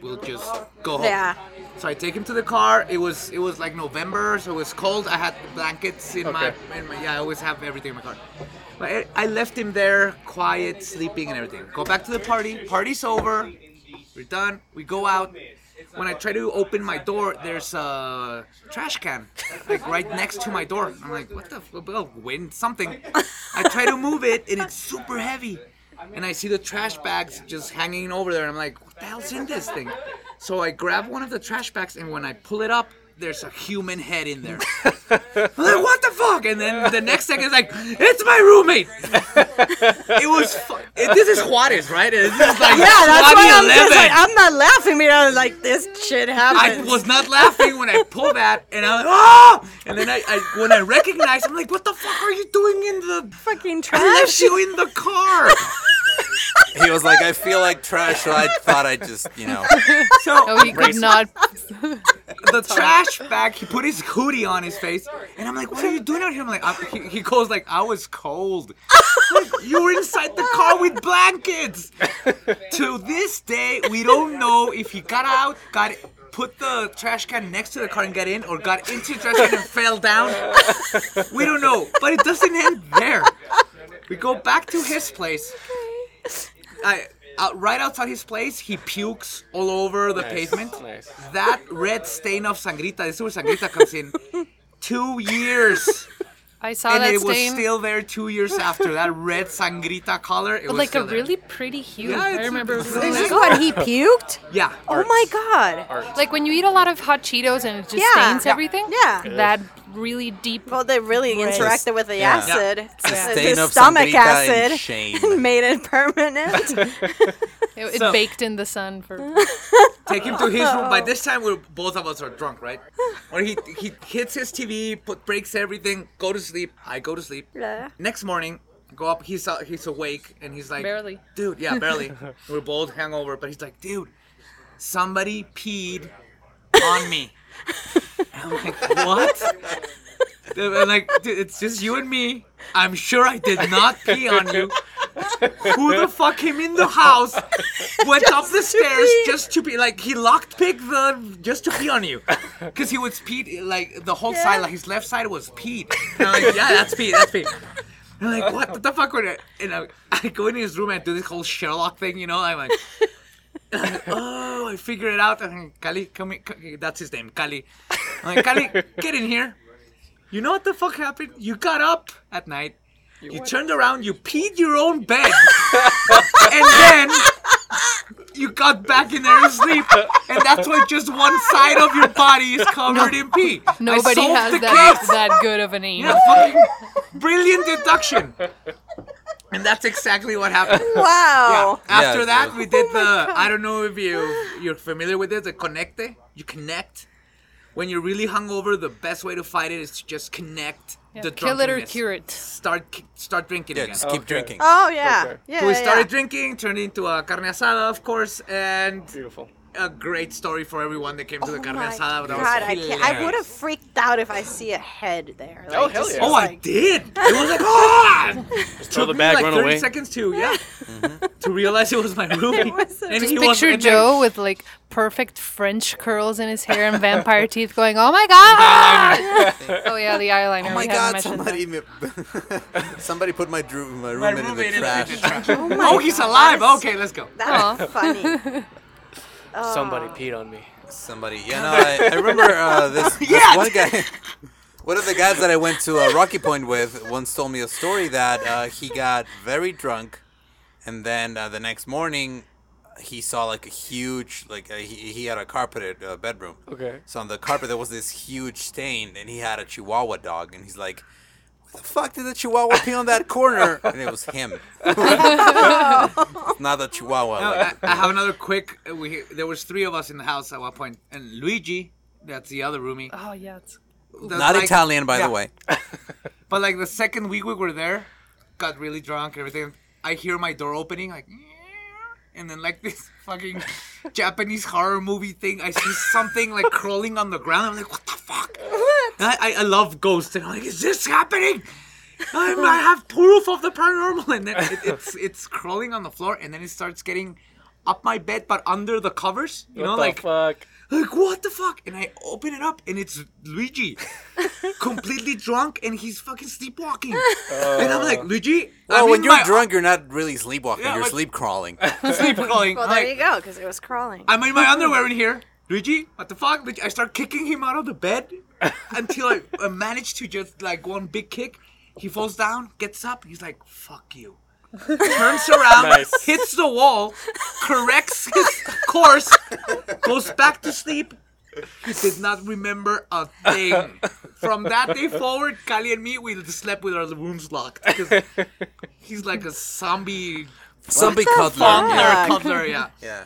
D: we'll just go home.
A: Yeah.
D: So I take him to the car. It was it was like November, so it was cold. I had blankets in, my,
B: Okay.
D: in my yeah. I always have everything in my car. But I, I left him there, quiet, sleeping, and everything. Go back to the party. Party's over. We're done. We go out. When I try to open my door, there's a trash can like right next to my door. I'm like, what the f- oh, well, wind something. I try to move it, and it's super heavy. And I see the trash bags just hanging over there. And I'm like, what the hell's in this thing? So I grab one of the trash bags, and when I pull it up, there's a human head in there. I'm like, what the fuck? And then the next second, it's like, it's my roommate. it was. Fu- it, this is Juarez, right? This is like
A: Yeah, that's why I'm
D: 2011.
A: just like I'm not laughing because like this shit
D: I
A: happens.
D: was not laughing when I pulled that, and I'm like, oh! And then I, I when I recognized, I'm like, what the fuck are you doing in the?
A: fucking
D: I left
A: trash.
D: you in the car.
C: He was like, I feel like trash, so I thought I just, you know,
D: So
E: Oh, he could not.
D: the trash bag. He put his hoodie on his face, and I'm like, "What are you doing out here?" I'm like, I'm, he, "He goes like, I was cold. I'm like, you were inside the car with blankets." to this day, we don't know if he got out, got put the trash can next to the car and got in, or got into the trash can and fell down. We don't know, but it doesn't end there. We go back to his place. I out, right outside his place, he pukes all over the
B: Nice,
D: pavement.
B: nice.
D: That red stain of sangrita, this is where sangrita comes in. two years,
E: I saw
D: and
E: Oh, that
D: it was
E: stain.
D: still there two years after that red sangrita color. It was
E: like a
D: still there.
E: really pretty hue.
D: Yeah,
E: I
D: it's-
E: remember.
D: it's-
A: This is what he puked?
D: yeah.
A: Oh my god.
B: Art.
E: like when you eat a lot of hot Cheetos and it just
A: Yeah.
E: stains
A: Yeah.
E: everything.
A: Yeah.
E: That really deep.
A: Well, they really
E: Right.
A: interacted with the
C: Yeah.
A: acid,
C: The
A: the-
C: stain
A: the
C: of
A: stomach
C: Sangrita and
A: acid,
C: shame.
A: and made it permanent.
E: It, it
D: So-
E: baked in the sun for.
D: Take him to his room. By this time, we're both of us are drunk, right? Or he he hits his TV, put, breaks everything, go to sleep. I go to sleep.
A: Yeah.
D: Next morning, go up. He's uh, he's awake and he's like,
E: Barely.
D: dude. Yeah, barely. we're both hangover, but he's like, dude, somebody peed on me. And I'm like, what? I'm Uh, like, dude, it's just you and me. I'm sure I did not pee on you. Who the fuck came in the house, went up the stairs
A: pee.
D: just to be like he locked pick the just to pee on you, because he was peed like the whole side, like his left side was peed. And I'm like, yeah, that's pee, that's pee. And I'm like, what the fuck? Were they-" And I, I go in his room and do this whole Sherlock thing, you know? I'm like, and I'm like, oh, I figure it out. And I'm like, Kali, come here. Kali- That's his name, Kali. I'm like, Kali, get in here. You know what the fuck happened? You got up at night. You, turned around. You peed your own bed. and then you got back in there to sleep. And that's why just one side of your body is covered in pee. I
E: Nobody
D: solved
E: has
D: the
E: that
D: case.
E: that good of an aim.
D: Yeah, fucking brilliant deduction. And that's exactly what happened.
A: wow.
D: After
C: Yeah,
D: that,
C: so-
D: we
A: Oh
D: did the. I don't know if you you're familiar with it. The connecte. You connect. When you're really hungover, the best way to fight it is to just connect the
E: Kill it or
D: drunkenness.
E: cure it.
D: Start ki- start drinking
C: Yeah,
D: again.
C: just
D: So
C: keep
B: Okay.
C: drinking.
A: Oh yeah.
B: Okay.
A: Yeah.
D: we
A: yeah,
D: started
A: yeah.
D: drinking, turned into a carne asada, of course, and
B: Beautiful.
D: a great story for everyone that came to the
A: Oh
D: carne
A: my
D: asada. That was
A: God, I, can't- I
D: hilarious.
A: would have freaked out if I see a head there. Like,
B: Oh, hell
A: just-
B: yeah.
D: Oh, I did. It was like, ah!
B: Just
D: took
B: throw the
D: me
B: bag,
D: like
B: run
D: 30
B: away.
D: seconds to yeah to realize it was my roommate.
A: was a-
D: And
E: Just
D: he was-
E: picture
D: and then-
E: Joe with like perfect French curls in his hair and vampire teeth, going, "Oh my god!" oh yeah, the eyeliner.
C: Oh
E: we
C: my
E: haven't
C: god,
E: mentioned that.
C: somebody mi- somebody put my, dru- my
D: My
C: roommate in
D: roommate
C: the
D: in the
C: trash.
D: trash.
A: Oh, my
D: Oh, he's
A: God,
D: alive.
A: that is-
D: Okay, let's go.
A: That's funny. Oh.
B: Somebody peed on me.
C: Somebody, you know, I, I remember uh, this, this one guy. One of the guys that I went to uh, Rocky Point with once told me a story that uh, he got very drunk, and then uh, the next morning he saw like a huge like uh, he, he had a carpeted uh, bedroom.
B: Okay.
C: So on the carpet there was this huge stain, and he had a Chihuahua dog, and he's like. "What The fuck did the Chihuahua pee on that corner? And it was him, not the Chihuahua.
D: No,
C: like-
D: I, I have another quick. uh, We there was three of us in the house at one point, and Luigi, that's the other roomie,
A: Uh,
E: Oh yeah, it's
D: that's
C: not
D: like-
C: Italian, by
D: yeah,
C: the way.
D: But like the second week we were there, got really drunk, everything. I hear my door opening, like, and then like this fucking Japanese horror movie thing. I see something like crawling on the ground. I'm like, what the fuck? And I, I, I love ghosts, and I'm like, is this happening? I'm, I have proof of the paranormal, and then it, it's it's crawling on the floor, and then it starts getting up my bed, but under the covers. You
B: what
D: know,
B: the
D: like
B: fuck?
D: like what the fuck and i open it up and it's luigi completely drunk and he's fucking sleepwalking and i'm like luigi
C: Oh,
D: I'm
C: when
D: in
C: you're
D: my-
C: drunk, you're not really sleepwalking.
D: Yeah,
C: you're
D: like-
C: sleep crawling.
D: sleep crawling
A: Well,
D: I'm,
A: there you
D: like,
A: go, because it was crawling.
D: I'm in my underwear in here luigi what the fuck Luigi? i start kicking him out of the bed until I, I manage to just like one big kick he falls down gets up he's like fuck you turns around
B: Nice.
D: hits the wall corrects his course goes back to sleep He did not remember a thing. From that day forward, Kali and me, we slept with our rooms locked. 'cause he's like a zombie
C: Zombie cuddler.
A: fuck?
C: Yeah.
A: Yeah.
D: cuddler, cuddler, yeah.
C: yeah.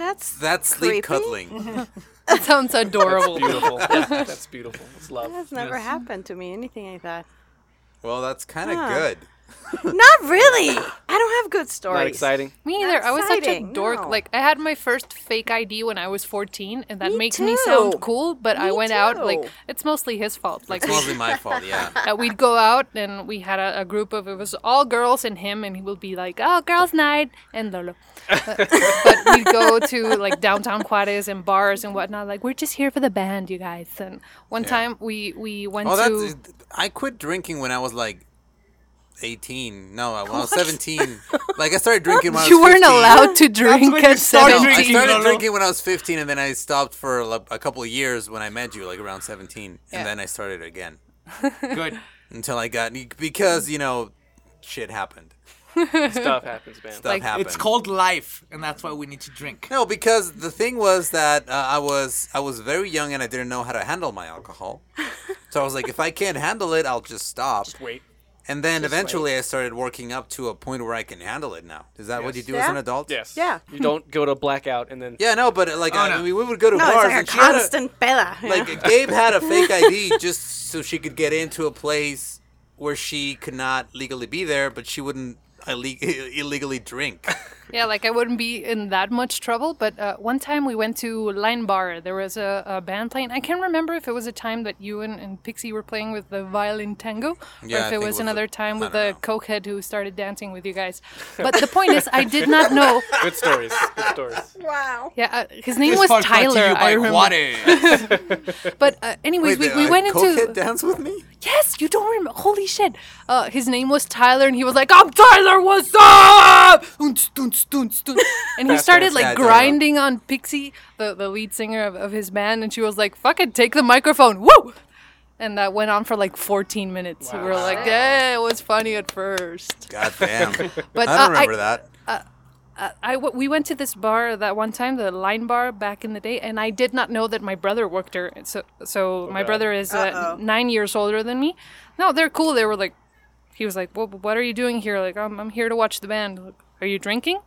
A: That's
C: That's
A: creepy.
C: sleep
E: Mm-hmm.
C: cuddling.
E: that sounds adorable.
B: Beautiful. That's beautiful. It's love.
A: That's never happened to me. Anything like that.
C: Well, that's kind of
A: Huh.
C: good.
A: Not really. I don't have good stories.
B: Not exciting.
E: Me
A: Not
E: either. I was such a
A: exciting,
E: dork.
A: no.
E: Like I had my first fake ID when I was 14, and that
A: Me
E: makes me sound
A: too.
E: cool. But I
A: Me
E: went out.
A: too.
E: Like it's mostly his fault. Like
C: It's mostly my fault. Yeah.
E: uh, we'd go out and we had a, a group of it was all girls and him and he would be like oh girls night and lolo but, but we'd go to like downtown Juarez and bars and whatnot like we're just here for the band you guys and one time we we went
C: Oh,
E: to
C: that's. I quit drinking when I was like 18. No, when I was 17. like I started drinking when I was
E: You weren't
C: 15.
E: allowed to drink
D: when you
E: at
D: started
C: No, I
E: seventeen.
D: drinking.
C: started
D: Lolo.
C: drinking when I was 15, and then I stopped for a, a couple of years when I met you, like around 17,
E: Yeah.
C: and then I started again
D: Good.
C: until I got because you know, shit happened.
B: Stuff happens, man.
C: Stuff happened.
D: It's called life, and that's why we need to drink.
C: No, because the thing was that uh, I was I was very young and I didn't know how to handle my alcohol. so I was like, if I can't handle it, I'll just stop.
B: Wait.
C: and then eventually I started working up to a point where I can handle it now. Is that what you
D: Yes.
C: do as an
A: Yeah.
C: adult?
B: Yes.
A: Yeah.
B: You don't go to blackout and then.
C: Yeah, no, but uh, like
D: Oh,
C: I,
D: no.
C: mean, we would go to
A: No,
C: bars
A: it's like
C: and
A: a
C: she had
A: constant bella. you know?
C: like Gabe had a fake ID just so she could get into a place where she could not legally be there, but she wouldn't illeg- illegally drink.
E: Yeah, like I wouldn't be in that much trouble. But uh, one time we went to Line Bar. There was a, a band playing. I can't remember if it was a time that you and, and Pixie were playing with the violin tango,
C: Yeah,
E: or
C: I
E: if
C: think
E: it
C: it
E: was
C: was
E: another
C: the-
E: time
C: I
E: with
C: don't
E: the
C: know.
E: cokehead who started dancing with you guys. But the point is, I did not know.
B: Good stories. Good stories.
A: wow.
E: Yeah, uh, his name
D: This
E: was
D: part brought to you
E: Tyler. I
D: by
E: remember.
D: Juarez.
E: But uh, anyways, we, we went into
C: dance with me.
E: yes, you don't remember. Holy shit! Uh, his name was Tyler, and he was like, "I'm Tyler. What's up?" Unts, unts, unts, unts. And he started
C: Yeah, I
E: like
C: don't know.
E: grinding on Pixie, the, the lead singer of, of his band, and she was like, "Fuck it, take the microphone, woo!" And that went on for like 14 minutes. We were
B: Wow.
E: like, "Yeah, it was funny at first.
C: God damn!
E: But
C: I
E: uh,
C: don't remember that.
E: I w- we went to this bar that one time, the Line Bar back in the day, and I did not know that my brother worked there. So, so my
B: Okay.
E: brother is uh, nine years older than me. No, they're cool. They were like, he was like, well, "What are you doing here?" Like, I'm, I'm here to watch the band. Like, are you drinking?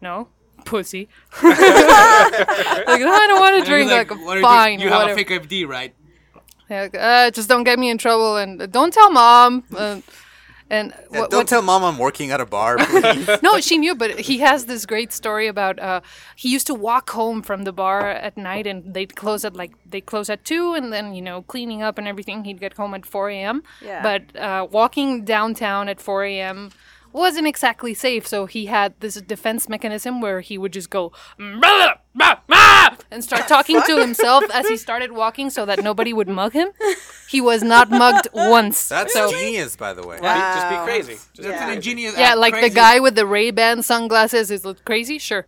E: No, pussy. like, no, I don't want to
D: You're
E: drink. Like,
D: what are you-
E: fine,
D: You have
E: whatever.
D: a fake ID, right?
E: Yeah, like, uh, just don't get me in trouble, and uh, don't tell mom. Uh, and
C: Yeah,
E: what,
C: don't
E: what,
C: tell mom I'm working at a bar. please.
E: no, she knew, but he has this great story about uh, he used to walk home from the bar at night, and they'd close at like they close at two, and then you know cleaning up and everything, he'd get home at four a.m.
A: Yeah.
E: But uh, walking downtown at four a.m. wasn't exactly safe, so he had this defense mechanism where he would just go "Blah, blah, blah," and start talking to himself as he started walking, so that nobody would mug him. He was not mugged once.
C: That's
E: so
C: genius, by the way.
B: Be- Just be
A: Wow.
B: crazy. Just
A: Yeah.
B: be
D: It's an
B: crazy.
D: ingenious.
E: Yeah,
D: act,
E: like the
D: crazy.
E: guy with the Ray Ban sunglasses is look crazy. Sure,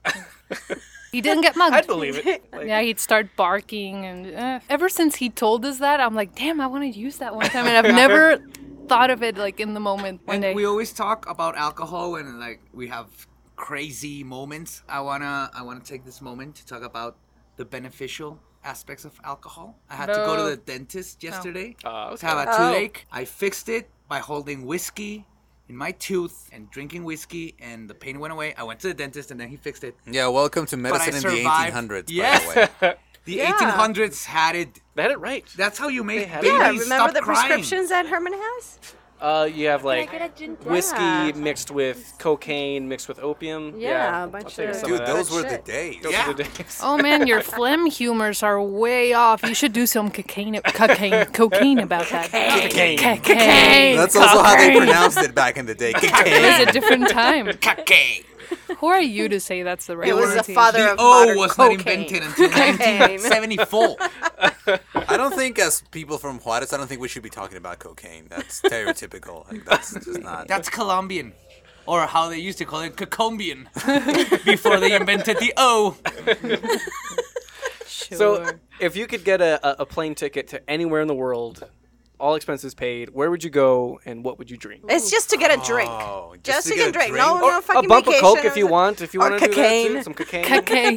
E: he didn't get mugged.
B: I'd believe it. Like,
E: yeah, he'd start barking, and uh, ever since he told us that, I'm like, damn, I want to use that one time, and I've never thought of it like in the moment. One
D: And
E: day,
D: we always talk about alcohol and like we have crazy moments. I wanna I wanna take this moment to talk about the beneficial aspects of alcohol. I had to go to
E: No. Oh.
D: the dentist yesterday
B: Ah,
D: to have
B: okay.
D: a toothache. I fixed it by holding whiskey in my tooth and drinking whiskey, and the pain went away. I went to the dentist, and then he fixed it.
C: Yeah, welcome to medicine in the
D: survived.
C: 1800s.
D: Yes.
C: By the way.
D: The 1800s had it.
B: They had it right.
D: That's how you make
B: had it.
D: babies
A: Yeah, remember
D: stop
A: the
D: crying.
A: prescriptions at Herman House?
B: Uh, you have like
A: get a gin-
B: whiskey
A: Yeah.
B: mixed with cocaine mixed with opium.
A: Yeah,
B: yeah
A: a bunch
B: I'll take
A: of-
B: some
C: Dude,
B: of that.
C: those were the
A: Shit.
C: days.
B: Those
D: Yeah.
B: were the days.
E: oh man, your phlegm humors are way off. You should do some cocaine, cocaine, cocaine about that. Cocaine, cocaine.
C: That's also how they
E: cocaine.
C: pronounced it back in the day.
E: It was
C: Cocaine.
E: a different time.
D: Okay.
E: Who are you to say that's the right?
A: It was
E: word
A: the
E: to use?
A: father
D: The
A: of
D: O
A: modern
D: was
A: cocaine.
D: not invented until
A: Cocaine.
D: 1974.
C: I don't think as people from Juarez, I don't think we should be talking about cocaine. That's stereotypical. Like, that's just not.
D: That's Colombian. Or how they used to call it, Cocombian. before they invented the O.
B: So,
E: Sure.
B: if you could get a, a- a plane ticket to anywhere in the world, all expenses paid, where would you go and what would you drink?
A: It's just to get a drink.
C: Oh, just
A: just
C: to
A: to get
C: get
A: a
C: a
A: drink.
C: drink?
A: No,
C: Or
A: no
B: A
A: fucking
B: bump of
A: vacation.
B: coke if you want, if you
A: Or
B: want to do that too.
A: cocaine.
B: Some cocaine.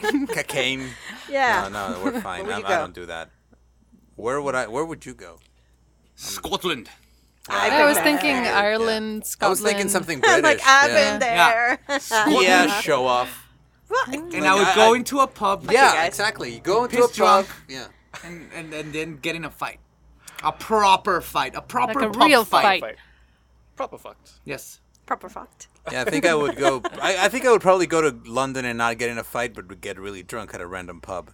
E: cocaine.
C: cocaine.
A: Yeah.
C: No, no, we're fine.
A: Where
C: I,
A: would you
C: I
A: go?
C: don't do that. Where would I? Where would you go?
D: Scotland.
C: Uh,
A: I've
E: I
A: been
E: was
A: there.
E: thinking
C: Yeah.
E: Ireland,
C: I
E: Scotland.
C: was thinking something
A: I'm
C: British.
A: like, I've
C: yeah.
A: been there.
C: Yeah, show off.
A: What?
D: And
C: Like,
D: I would
C: I-
D: go
C: I-
D: into a pub
C: Yeah,
A: guys.
C: exactly. You go into
D: Piss
C: a pub.
D: drunk.
C: Yeah.
D: and, and, and then get in a fight. A proper fight. A proper
E: Like a
D: pub
E: real
D: fight.
E: fight.
B: Fight. Proper fucked.
D: Yes.
A: Proper fucked.
C: Yeah, I think I would go. I, I think I would probably go to London and not get in a fight, but would get really drunk at a random pub.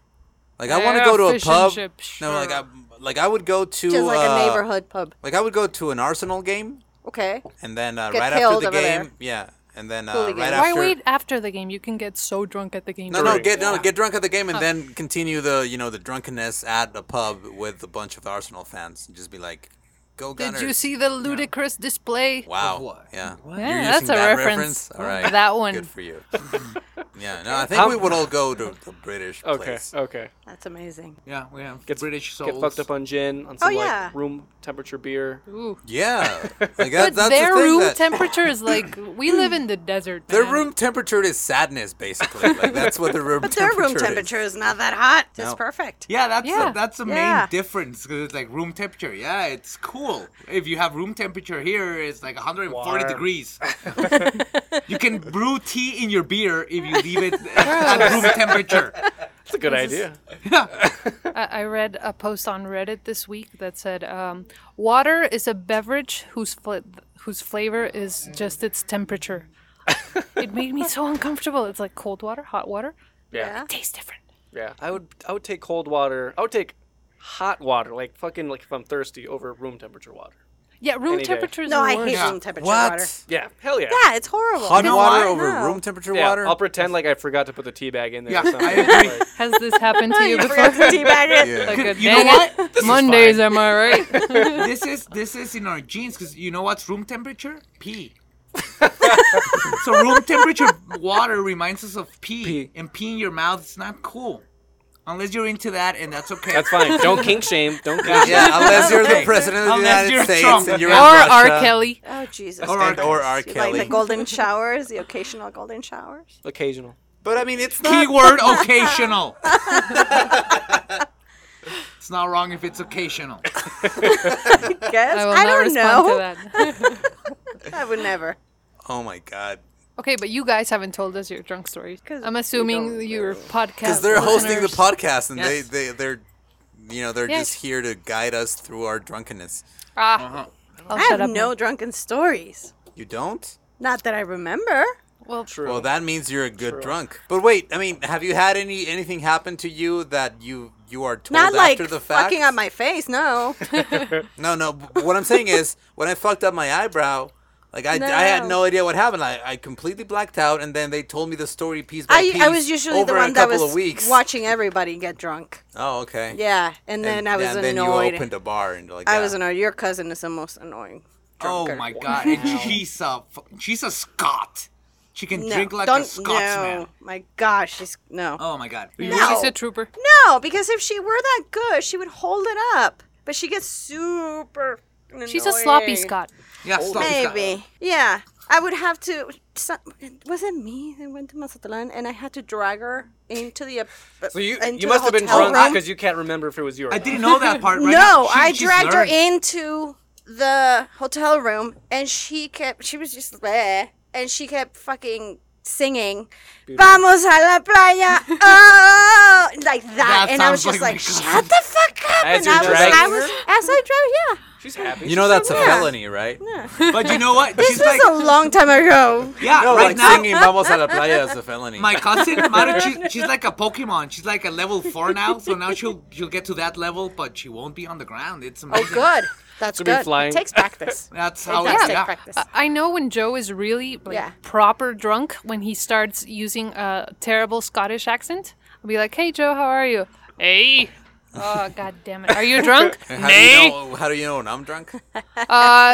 C: Like I want to
E: Yeah,
C: go to a
E: fish and
C: pub.
E: chips,
C: No, like I
E: sure.
C: like I would go to
A: Just like a
C: uh,
A: neighborhood pub.
C: Like I would go to an Arsenal game,
A: Okay.
C: and then uh,
A: Get
C: right
A: killed
C: after the
A: over there.
C: game, yeah, and then uh,
A: Hooligans.
C: right
E: Why
C: after.
E: wait after the game? You can get so drunk at the game.
C: No, no,
B: Drink.
C: get no, get drunk at the game, and then continue the you know the drunkenness at a pub with a bunch of Arsenal fans, and just be like, Go
E: Did
C: Gunners.
E: you see the ludicrous display?
C: Wow.
D: What?
C: Yeah.
D: What?
E: Yeah,
C: You're using
E: that's a
C: that
E: reference.
C: All right.
E: That one.
C: Good for you. yeah. No, I think
B: How-
C: we would all go to the British
B: Okay,
C: place.
B: okay.
A: That's amazing.
D: Yeah, we have
B: Get
D: British souls.
B: Get fucked up on gin, on some
A: Oh, yeah.
B: like room temperature beer.
E: Ooh.
C: Yeah. Like that,
E: But
C: that's
E: their
C: the thing
E: room
C: that,
E: temperature is like we live in the desert.
C: Their
E: man.
C: room temperature is sadness, basically. Like that's what the room
A: But their
C: temperature
A: room
C: is.
A: temperature is not that hot. It's
C: No.
A: perfect.
D: Yeah, that's
E: Yeah.
D: The, that's the
A: Yeah.
D: main difference because it's like room temperature. Yeah, it's cool. If you have room temperature here, it's like 140
B: Warm.
D: degrees. you can brew tea in your beer if you leave it at room temperature.
B: That's a good idea.
E: I, I read a post on Reddit this week that said um, water is a beverage whose fl- whose flavor is just its temperature. it made me so uncomfortable. It's like cold water, hot water,
B: Yeah.
A: Yeah.
E: tastes different.
B: Yeah. I would I would take cold water. I would take hot water, like fucking like if I'm thirsty over room temperature water.
E: Yeah, room
B: Any day.
E: temperature is
A: No,
E: the
A: I
E: worst.
A: hate room temperature
C: What?
A: water.
B: Yeah. Hell yeah.
A: Yeah, it's horrible.
C: Hot
A: No,
C: water
A: I
C: over
A: know.
C: room temperature
B: Yeah,
C: water?
B: I'll pretend like I forgot to put the tea bag in there.
D: Yeah,
B: or something.
D: I agree.
B: Like,
E: Has this happened to you
A: You
E: before?
A: forgot to teabag it.
C: Yeah.
E: Like a,
D: You know
E: dang
D: what?
E: it. Mondays, am I right?
D: This is this is in our genes because you know what's room temperature? Pee. so room temperature water reminds us of pee,
B: Pee.
D: and pee in your mouth is not cool, unless you're into that, and that's okay.
B: that's fine. Don't kink shame. Don't kink shame.
C: yeah, unless you're the
D: Okay.
C: president of the
D: Unless
C: United
D: you're
C: States
D: Trump.
C: and you're
E: or
C: in Russia.
E: R. Kelly.
A: Oh Jesus.
D: Or
C: And,
A: Christ.
C: or R.
A: You
C: Kelly.
A: Like the golden showers, the occasional golden showers.
B: Occasional.
C: But I mean, it's not.
D: Keyword occasional. it's not wrong if it's occasional.
A: I guess
E: I will
A: I
E: not
A: don't
E: respond
A: know.
E: to that.
A: I would never.
C: Oh my God.
E: Okay, but you guys haven't told us your drunk stories.
A: 'Cause
E: I'm
A: we
E: assuming
A: don't
E: your
A: know.
E: podcast.
C: Because they're hosting the
E: listeners-
C: podcast and
D: Yes.
C: they, they, they're, you know, they're
E: Yes.
C: just here to guide us through our drunkenness.
E: Ah, I'll
A: I
E: shut
A: have
E: up.
A: no drunken stories.
C: You don't?
A: Not that I remember.
E: Well,
B: True.
C: Well, that means you're a good drunk. But wait, I mean, have you had any anything happen to you that you you are told
A: Not
C: after
A: like
C: the fact?
A: fucking on my face. No.
C: No, no. b- What I'm saying is, when I fucked up my eyebrow, like I, I had
A: No.
C: no idea what happened. I, I completely blacked out, and then they told me the story piece by
A: I,
C: piece
A: I was usually the
C: over
A: one
C: a
A: that
C: couple
A: was
C: of weeks.
A: watching everybody get drunk.
C: Oh, okay.
A: Yeah, and then I was
C: and then
A: annoyed.
C: you opened a bar and like
A: I
C: that.
A: was annoyed. Your cousin is the most annoying.
D: Oh
A: drunker.
D: my god, and she's a fu- she's a Scot. She can
A: No,
D: drink like
A: don't.
D: a Scotsman.
A: no, my gosh, she's no,
D: Oh my god.
E: she's
A: No.
E: a trooper.
A: no, because if she were that good, she would hold it up. But she gets super. Annoying.
E: She's a sloppy Scot.
D: Yeah, stop, stop.
A: Maybe, yeah. I would have to. some- Was it me that went to Mazatlan and I had to drag her into the. uh,
B: So you
A: into
B: you must
A: the
B: have been
A: hotel
B: drunk
A: room.
B: because you can't remember if it was you. Or
D: I
B: not.
D: didn't know that part. Right
A: No,
D: now. She-
A: I
D: she's
A: dragged
D: learned.
A: her into the hotel room, and she kept. She was just there, and she kept fucking singing, "Vamos a la playa!" Oh, like that,
D: That
A: and I was
D: sounds
A: just
D: like
A: like,
D: my
A: "Shut the fuck up!"
B: As
A: and I
B: you're
A: was, I
B: dragging
A: was,
B: her?
A: as I drove, yeah.
B: She's happy.
C: You know that's a
A: Yeah.
C: felony, right?
D: But you know what? She's
A: This was
D: like,
A: a long time ago.
D: yeah,
C: No,
D: right
C: like
D: now.
C: singing "Vamos a la Playa" is a felony.
D: My cousin Maru, she, she's like a Pokemon. She's like a level four now, so now she'll she'll get to that level, but she won't be on the ground. It's amazing.
A: Oh, good. That's
B: So we
A: good.
B: flying.
A: It takes practice.
D: That's
A: It
D: how
A: does
D: it's
A: take
D: yeah. Uh,
A: practice.
E: I- I know when Joe is really like
A: Yeah.
E: proper drunk when he starts using a terrible Scottish accent. I'll be like, "Hey Joe, how are you?" Hey. Oh god damn it! Are you drunk?
C: how do you know? How do you know when I'm drunk?
E: Uh,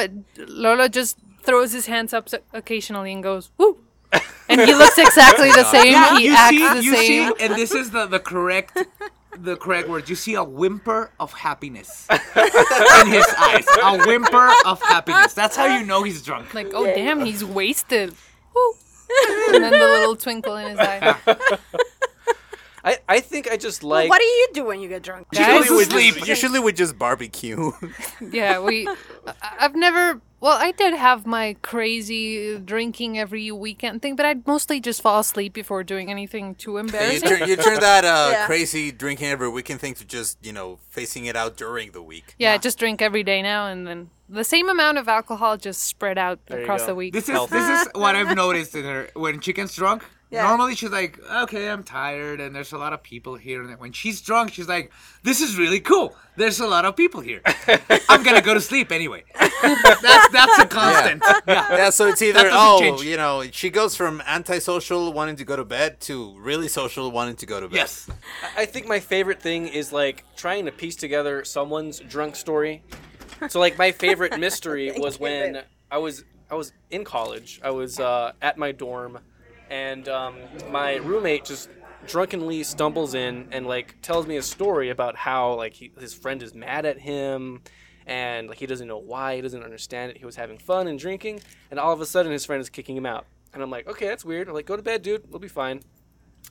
E: Lolo just throws his hands up so- occasionally and goes, "Woo!" And he looks exactly the same.
D: Yeah,
E: he
D: you
E: acts
D: see,
E: the
D: you
E: same.
D: see, and this is the, the correct the correct word. You see a whimper of happiness in his eyes. A whimper of happiness. That's how you know he's drunk.
E: Like, oh damn, he's wasted. Woo. and then the little twinkle in his eye.
B: I, I think I just like.
A: What do you do when you get drunk?
E: Guys,
C: Usually we just, usually we just barbecue.
E: yeah, we. I- I've never. Well, I did have my crazy drinking every weekend thing, but I'd mostly just fall asleep before doing anything too
C: you,
E: embarrassing.
C: turn, you turn that uh,
A: Yeah.
C: crazy drinking every weekend thing to just you know facing it out during the week.
E: Yeah, I just drink every day now and then. The same amount of alcohol just spread out
B: you
E: across
B: go.
E: the week.
D: This is this is what I've noticed in her when she gets drunk.
A: Yeah.
D: Normally she's like, okay, I'm tired, and there's a lot of people here. And when she's drunk, she's like, this is really cool. There's a lot of people here. I'm gonna go to sleep anyway. that's that's a constant. Yeah.
C: Yeah, so it's either
D: doesn't
C: oh,
D: change.
C: you know, she goes from antisocial wanting to go to bed to really social wanting to go to bed.
D: Yes.
B: I think my favorite thing is like trying to piece together someone's drunk story So like my favorite mystery was
A: you,
B: when
A: babe.
B: I was I was in college. I was uh, at my dorm, and um, my roommate just drunkenly stumbles in and like tells me a story about how like he, his friend is mad at him. And like he doesn't know why, he doesn't understand it. He was having fun and drinking, and all of a sudden his friend is kicking him out. And I'm like, okay, that's weird. I'm like, go to bed, dude. We'll be fine.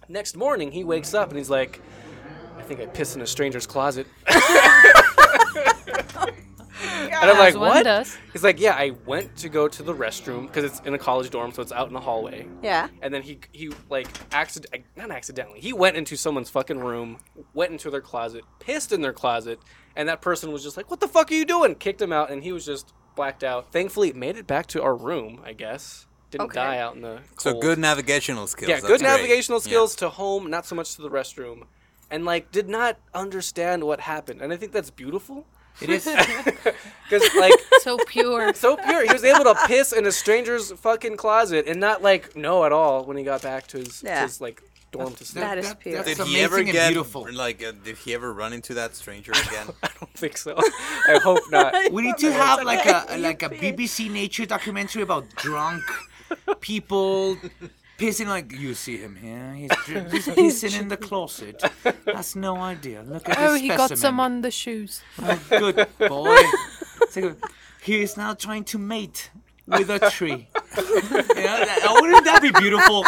B: Next morning he wakes up and he's like, I think I pissed in a stranger's closet. and I'm like,
E: As one
B: what?
E: does.
B: He's like, yeah, I went to go to the restroom because it's in a college dorm, so it's out in the hallway.
A: Yeah.
B: And then he he like accident not accidentally he went into someone's fucking room, went into their closet, pissed in their closet, and that person was just like, "What the fuck are you doing?" Kicked him out, and he was just blacked out. Thankfully, it made it back to our room. I guess didn't
A: Okay.
B: die out in the
C: So
B: cold.
C: good navigational
B: Oh.
C: skills.
B: Yeah,
C: that's
B: good
C: great.
B: navigational
C: Yeah.
B: skills to home, not so much to the restroom, and like did not understand what happened, and I think that's beautiful
D: It is.
B: because like
E: So pure.
B: so pure. He was able to piss in a stranger's fucking closet and not like no at all when he got back to his, to
A: Yeah.
B: his like dorm to sleep.
A: That is pure.
D: That's
C: Did
D: amazing
C: he ever
D: and
C: get
D: beautiful.
C: like? Uh, did he ever run into that stranger again?
B: I don't think so. I hope not.
D: We need to have like a like a BBC Nature documentary about drunk people pissing. Like you see him here, he's, dr- he's pissing in the closet. That's no idea. Look at
E: Oh,
D: this
E: he
D: specimen.
E: got some on the shoes.
D: Oh, good boy. It's like, he is now trying to mate with a tree. You know, that- oh, wouldn't that be beautiful?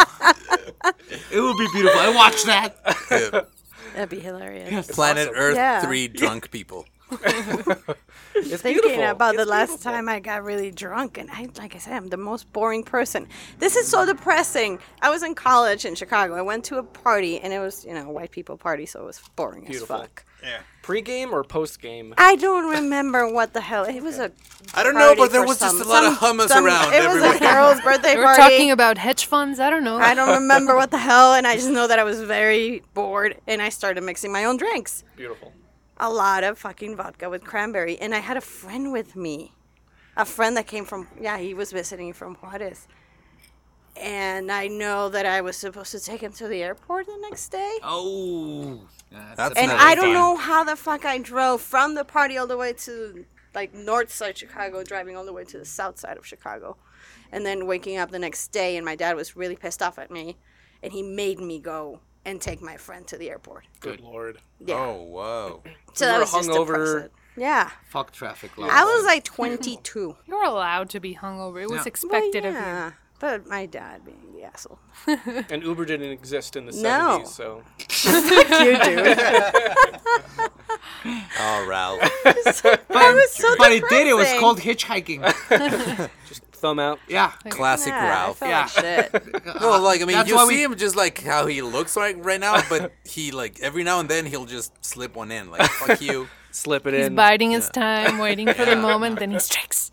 D: It would be beautiful. I watch that.
C: Yeah.
A: That'd be hilarious.
C: Planet Earth
A: Yeah.
C: three drunk people.
B: It's
A: Thinking
B: beautiful.
A: about the
B: It's
A: last
B: beautiful.
A: time I got really drunk, and I, like I said, I'm the most boring person. This is so depressing. I was in college in Chicago. I went to a party, and it was, you know, a white people party, so it was boring
B: Beautiful.
A: as fuck.
B: Pre-game or post-game?
A: I don't remember what the hell it was. A
C: I don't know,
A: party
C: but there
A: for
C: was just
A: some-
C: a lot of
A: some-
C: hummus
A: some-
C: around
A: It was
C: everywhere.
A: a girl's birthday
E: We
A: party.
E: were talking about hedge funds. I don't know.
A: I don't remember what the hell, and I just know that I was very bored, and I started mixing my own drinks.
B: Beautiful.
A: A lot of fucking vodka with cranberry, and I had a friend with me, a friend that came from yeah, he was visiting from Juarez, and I know that I was supposed to take him to the airport the next day.
D: Oh,
C: That's
A: And
C: not
A: I
C: a
A: don't
C: fun.
A: know how the fuck I drove from the party all the way to like north side Chicago, driving all the way to the south side of Chicago, and then waking up the next day and my dad was really pissed off at me, and he made me go and take my friend to the airport.
B: Good lord.
A: Yeah,
C: Oh whoa!
A: so
B: you
A: that
B: were
A: was just
B: hungover.
A: depressing. Yeah,
D: fuck traffic law.
A: I was like 22.
E: You're allowed to be hungover. It was
D: Yeah.
A: Well,
E: expected of you.
A: yeah, but my dad being the asshole.
B: And Uber didn't exist in the
A: No.
B: 70s, so
A: you do.
C: Oh Ralph,
A: I was so
D: but it did. It was
A: depressing.
D: called hitchhiking.
B: just thumb out.
D: Yeah.
C: classic
A: Yeah, I
C: Ralph.
A: felt
D: Yeah.
A: like shit.
C: No, like I mean,
D: That's
C: you
D: why
C: see
D: we-
C: him just like how he looks like right now, but he like every now and then he'll just slip one in. Like fuck you.
B: Slip it
E: He's
B: in.
E: biding his time, waiting for the moment, then he strikes.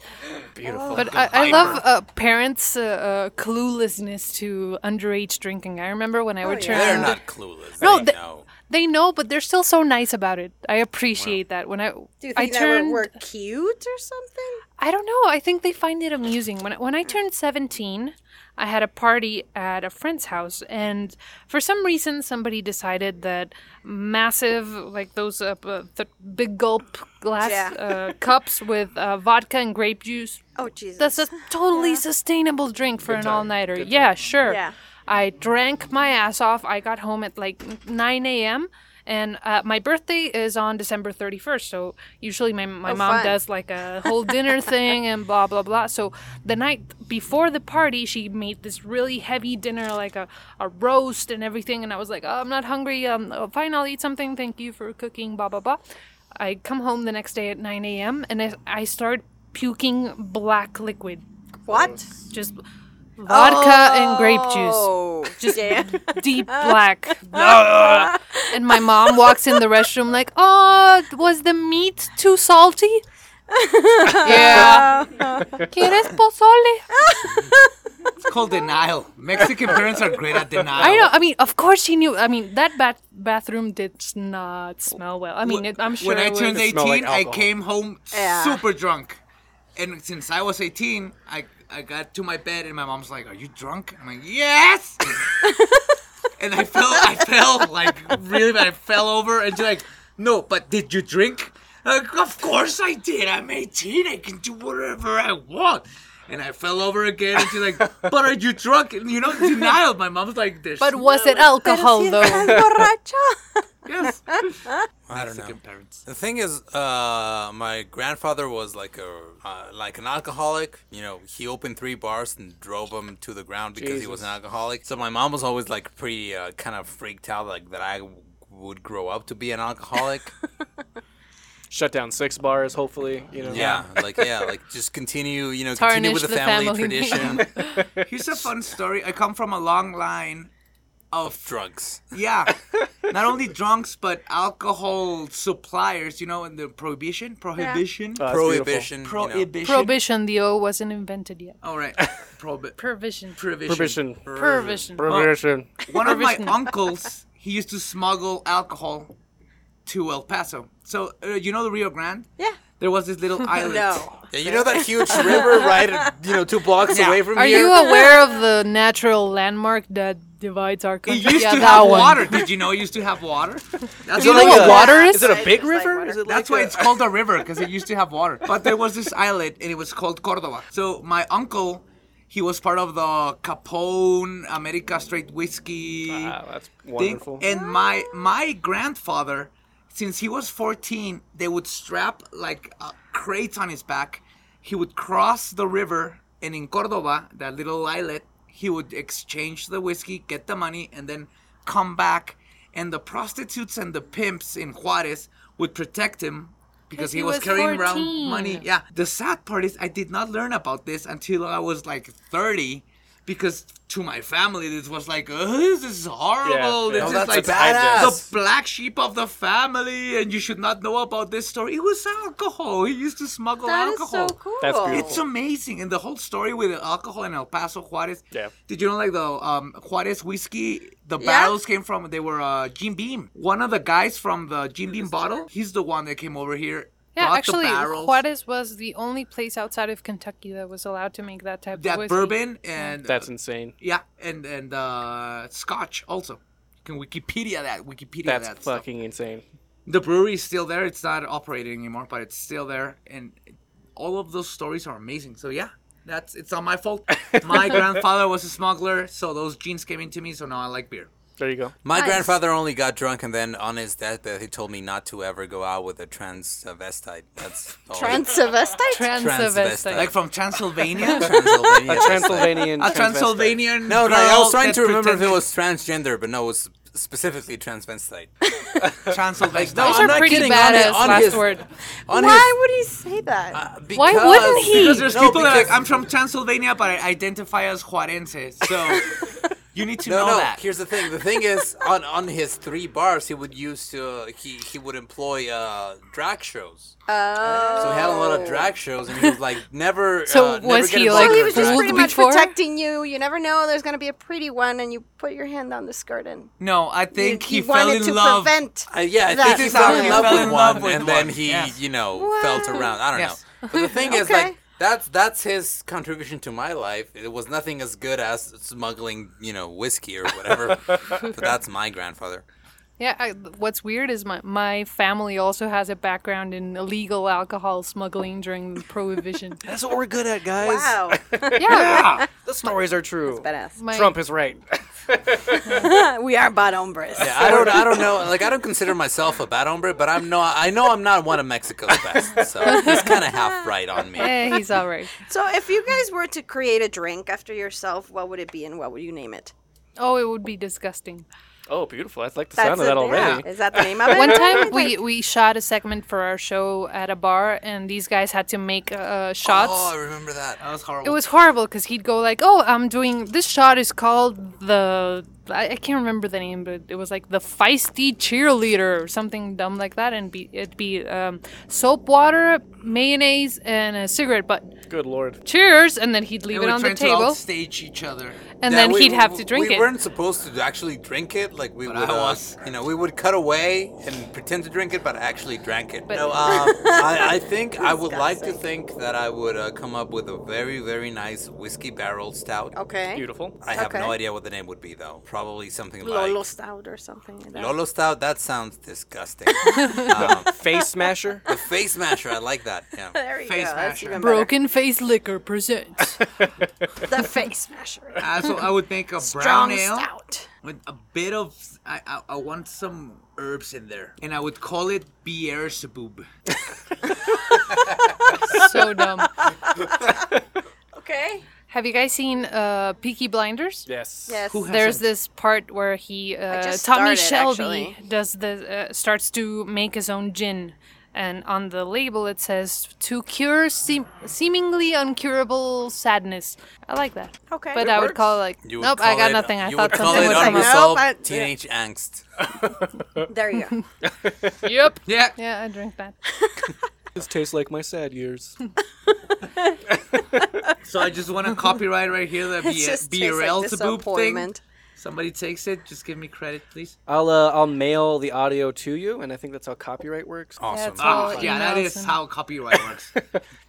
B: Beautiful.
E: But I, I love uh, parents' uh, uh, cluelessness to underage drinking. I remember when I
A: Oh,
E: would turn.
C: They're not clueless.
E: No,
C: they
E: the-
C: know.
E: They know, but they're still so nice about it. I appreciate that. When I
A: Do you
E: I
A: think that
E: turned,
A: we're- we're cute or something?
E: I don't know. I think they find it amusing. When I, when I turned 17, I had a party at a friend's house, and for some reason, somebody decided that massive, like those uh, uh, th- big gulp glass
A: Yeah.
E: uh, cups with uh, vodka and grape juice.
A: Oh Jesus!
E: That's a totally sustainable drink for an all nighter. Yeah, sure.
A: Yeah.
E: I drank my ass off. I got home at like 9 a.m. And uh, my birthday is on December 31st. So usually my, my mom
A: fun.
E: does like a whole dinner thing and blah, blah, blah. So the night before the party, she made this really heavy dinner, like a, a roast and everything. And I was like, oh, I'm not hungry. Um, oh, fine, I'll eat something. Thank you for cooking, blah, blah, blah. I come home the next day at 9 a.m. and I, I start puking black liquid,
A: what?
E: just vodka and grape juice
A: Oh,
E: just
A: yeah.
E: deep black. and my mom walks in the restroom like, "Oh, was the meat too salty?" yeah. ¿Quieres pozole?
D: Ah. It's called denial. Mexican parents are great at denial.
E: I know. I mean, of course she knew. I mean, that bath bathroom did not smell well. I mean, it, I'm sure
D: when I
E: it was-
D: turned
B: It smelled like
D: 18, I
B: alcohol.
D: came home
A: Yeah.
D: super drunk. And since I was 18, I, I got to my bed and my mom's like, "Are you drunk?" I'm like, "Yes." and I fell I fell like really bad. I fell over and she's like, "No, but did you drink?" Like, of course I did. I'm 18. I can do whatever I want. And I fell over again. And she's like, but are you drunk? And, you know, denial. My mom's like, this.
E: But was it alcohol though?
D: Yes.
C: I don't know.
D: Mexican parents.
C: The thing is, uh, my grandfather was like a uh, like an alcoholic. You know, he opened three bars and drove them to the ground because he was an alcoholic. So my mom was always like pretty uh, kind of freaked out, like that I w- would grow up to be an alcoholic.
B: Shut down six bars, hopefully. You know.
C: yeah, like yeah, like just continue, you know, continue
E: Tarnish
C: with the,
E: the
C: family,
E: family name.
C: tradition
D: Here's a fun story. I come from a long line
C: of drugs.
D: Yeah. Not only drunks, but alcohol suppliers, you know, in the prohibition? Prohibition?
B: Uh, that's beautiful.
C: Prohibition. you know.
D: prohibition.
E: Prohibition. The O wasn't invented yet.
D: All right. Prohibi-
E: Provision.
D: prohibition.
B: Prohibition.
E: Provision.
B: Prohibition.
D: One of my
E: Prohibition.
D: uncles, he used to smuggle alcohol to El Paso. So, uh, you know the Rio Grande?
A: Yeah.
D: There was this little island.
A: No.
C: Yeah, you know that huge river right, you know, two blocks away from
E: Are
C: here.
E: you aware of the natural landmark that divides our
D: It
E: country?
D: used
E: yeah,
D: to
E: that
D: have
E: one.
D: water. Did you know it used to have water? That's
E: Do you
D: what
E: know
D: I-
E: what water is?
B: Is it a
A: It's
B: big
A: like
B: river?
A: water.
B: Is it like
D: That's why it's called a river because it used to have water. But there was this island and it was called Cordoba. So my uncle, he was part of the Capone America Straight Whiskey
B: Ah, that's
D: thing.
B: wonderful.
D: And my my grandfather, since he was 14, they would strap like uh, crates on his back. He would cross the river and in Cordoba, that little islet, he would exchange the whiskey, get the money, and then come back. And the prostitutes and the pimps in Juarez would protect him because he,
E: he
D: was,
E: was
D: carrying around
E: 14.
D: money. Yeah. The sad part is I did not learn about this until I was like 30 because to my family this was like, "Ugh, this is horrible.
B: Yeah.
D: This
B: No,
D: is
C: that's
D: like
C: badass.
D: the black sheep of the family and you should not know about this story. It was alcohol. He used to smuggle
A: That is
D: alcohol.
A: so cool.
B: That's beautiful.
D: It's amazing, and the whole story with the alcohol in El Paso, Juarez.
B: Yeah.
D: Did you know, like the um, Juarez whiskey, the
A: Yeah.
D: barrels came from? They were uh, Jim Beam. One of the guys from the Jim Beam bottle. He's the one that came over here.
E: Yeah,
D: bought
E: actually,
D: the barrels,
E: Juarez was the only place outside of Kentucky that was allowed to make that type of
D: that
E: whiskey.
D: bourbon and
B: That's insane.
D: yeah, and and uh, Scotch also. You can Wikipedia that. Wikipedia
B: That's
D: that. stuff.
B: fucking insane.
D: The brewery is still there. It's not operating anymore, but it's still there, and all of those stories are amazing. So yeah, that's it's not my fault. My grandfather was a smuggler, so those genes came into me. So now I like beer.
B: There you go.
C: My grandfather only got drunk, and then on his deathbed, he told me not to ever go out with a transvestite. That's all.
A: Transvestite?
E: Transvestite.
C: Transvestite.
D: Like from Transylvania,
C: Transylvania.
B: A
C: that's
B: Transylvanian.
D: a
B: transvestite.
D: Transylvanian.
C: like- No, no, I was
D: girl
C: trying
D: that
C: to remember if it
D: pretended-
C: was transgender, but no, it was specifically transvestite.
D: Transylvania.
C: No,
E: Those
C: I'm
E: are
C: not
E: pretty
C: kidding, on
E: badass.
C: his- on
E: last
C: his-
E: word.
C: On
A: Why would he say that?
C: his,
E: Why wouldn't he?
D: because there's
C: No,
D: people that are like
C: because-
D: I'm from Transylvania, but I identify as Juarense. So you need to
C: No,
D: know
C: no.
D: that.
C: Here's the thing. The thing is, on on his three bars, he would use to uh, he he would employ uh, drag shows.
A: oh.
C: So he had a lot of drag shows, and he was like never.
E: So
C: uh, never
E: was
C: get
E: he,
C: involved
E: like,
A: So
C: in
A: he was just
C: drag.
E: fooled
A: pretty much
E: before?
A: protecting you. You never know. There's going to be a pretty one, and you put your hand on the skirt and
D: No, I think
A: you,
D: he,
A: you
D: fell
A: wanted
D: in
A: to
D: love.
A: prevent.
C: Uh, yeah, I
A: That
C: think he
A: is
C: fell
A: how
C: in
A: he
C: love
D: fell
C: with
D: in
C: one,
D: love with
C: and
D: one,
C: then he,
D: yes.
C: you know,
A: Wow.
C: felt around. I don't
D: Yes.
C: know. But the thing is,
A: Okay.
C: like, that's that's his contribution to my life. It was nothing as good as smuggling, you know, whiskey or whatever. but that's my grandfather.
E: Yeah, I, what's weird is my, my family also has a background in illegal alcohol smuggling during the Prohibition.
B: That's what we're good at, guys.
A: Wow,
E: yeah,
D: Ah,
B: The stories are true.
A: badass.
E: my,
B: Trump is right.
A: we are bad hombres.
C: Yeah, I don't, I don't know. Like, I don't consider myself a bad hombre, but I'm not. I know I'm not one of Mexico's best. So he's kind of half right on me.
E: Eh, he's all right.
A: So, if you guys were to create a drink after yourself, what would it be, and what would you name it?
E: Oh, it would be disgusting.
B: Oh, beautiful. I like the sound of
A: it,
B: that
A: yeah.
B: already.
A: Is that the name of it?
E: One time we, we shot a segment for our show at a bar, and these guys had to make uh, shots.
C: Oh, I remember that.
D: that was
E: It
D: horrible.
E: was horrible because he'd go like, "Oh, I'm doing this shot is called the I, I can't remember the name, but it was like the feisty cheerleader or something dumb like that, and be, it'd be um, soap water, mayonnaise, and a cigarette butt.
B: Good lord.
E: Cheers, and then he'd leave
D: And
E: it
D: we're
E: on the
D: trying to
E: table.
D: outstage each other.
E: and
C: Yeah,
E: then
C: we-
E: he'd have to drink
C: we
E: it.
C: weren't supposed to actually drink it. Like we
D: But
C: would,
D: I
C: uh,
D: was.
C: you know, we would cut away and pretend to drink it, but I actually drank it.
E: But-
C: no, uh, I, I think I would like to think that I would uh, come up with a very, very nice whiskey barrel stout.
E: Oh,
A: Okay.
B: Beautiful.
C: I have no
A: Okay.
C: idea what the name would be though. Probably something like
A: Lolo Stout or something like that.
C: Lolo stout. That sounds disgusting. um,
B: Face smasher.
C: the face smasher. I like that. Yeah.
A: There you
D: Face
A: go. That's
D: masher.
A: even better.
E: Broken Face Liquor presents.
A: The face masher.
D: Uh, so I would make a brown
A: Strong
D: ale
A: stout.
D: with a bit of. I, I, I want some herbs in there, and I would call it Beelzebub.
E: so dumb.
A: Okay.
E: Have you guys seen uh, Peaky Blinders?
B: Yes.
A: Yes.
D: Who has-
E: There's
D: Hasn't.
E: this part where he uh,
A: just
E: Tommy
A: started,
E: Shelby
A: actually.
E: does the uh, starts to make his own gin, and on the label it says to cure seem- seemingly uncurable sadness. I like that.
A: Okay.
E: but
A: It
E: I would
A: works.
E: call it like
C: You would
E: nope, I
C: call
E: got
C: it-
E: nothing. I
C: you
E: thought
C: would call
E: something
C: it
E: would come up.
C: unresolved
A: Nope, I-
C: teenage angst.
A: there you go.
E: Yep.
D: Yeah.
E: Yeah, I drink that.
B: This tastes like my sad years.
D: So I just want to copyright right here the
A: It just
D: Be-
A: tastes like
D: Beelzebub thing.
A: disappointment. Oh,
D: Somebody takes it. Just give me credit, please.
B: I'll uh, I'll mail the audio to you, and I think that's how copyright works.
C: Awesome.
E: it's
C: Yeah,
E: all-
D: Oh, yeah, that
E: emails
D: is
E: and-
D: how copyright works.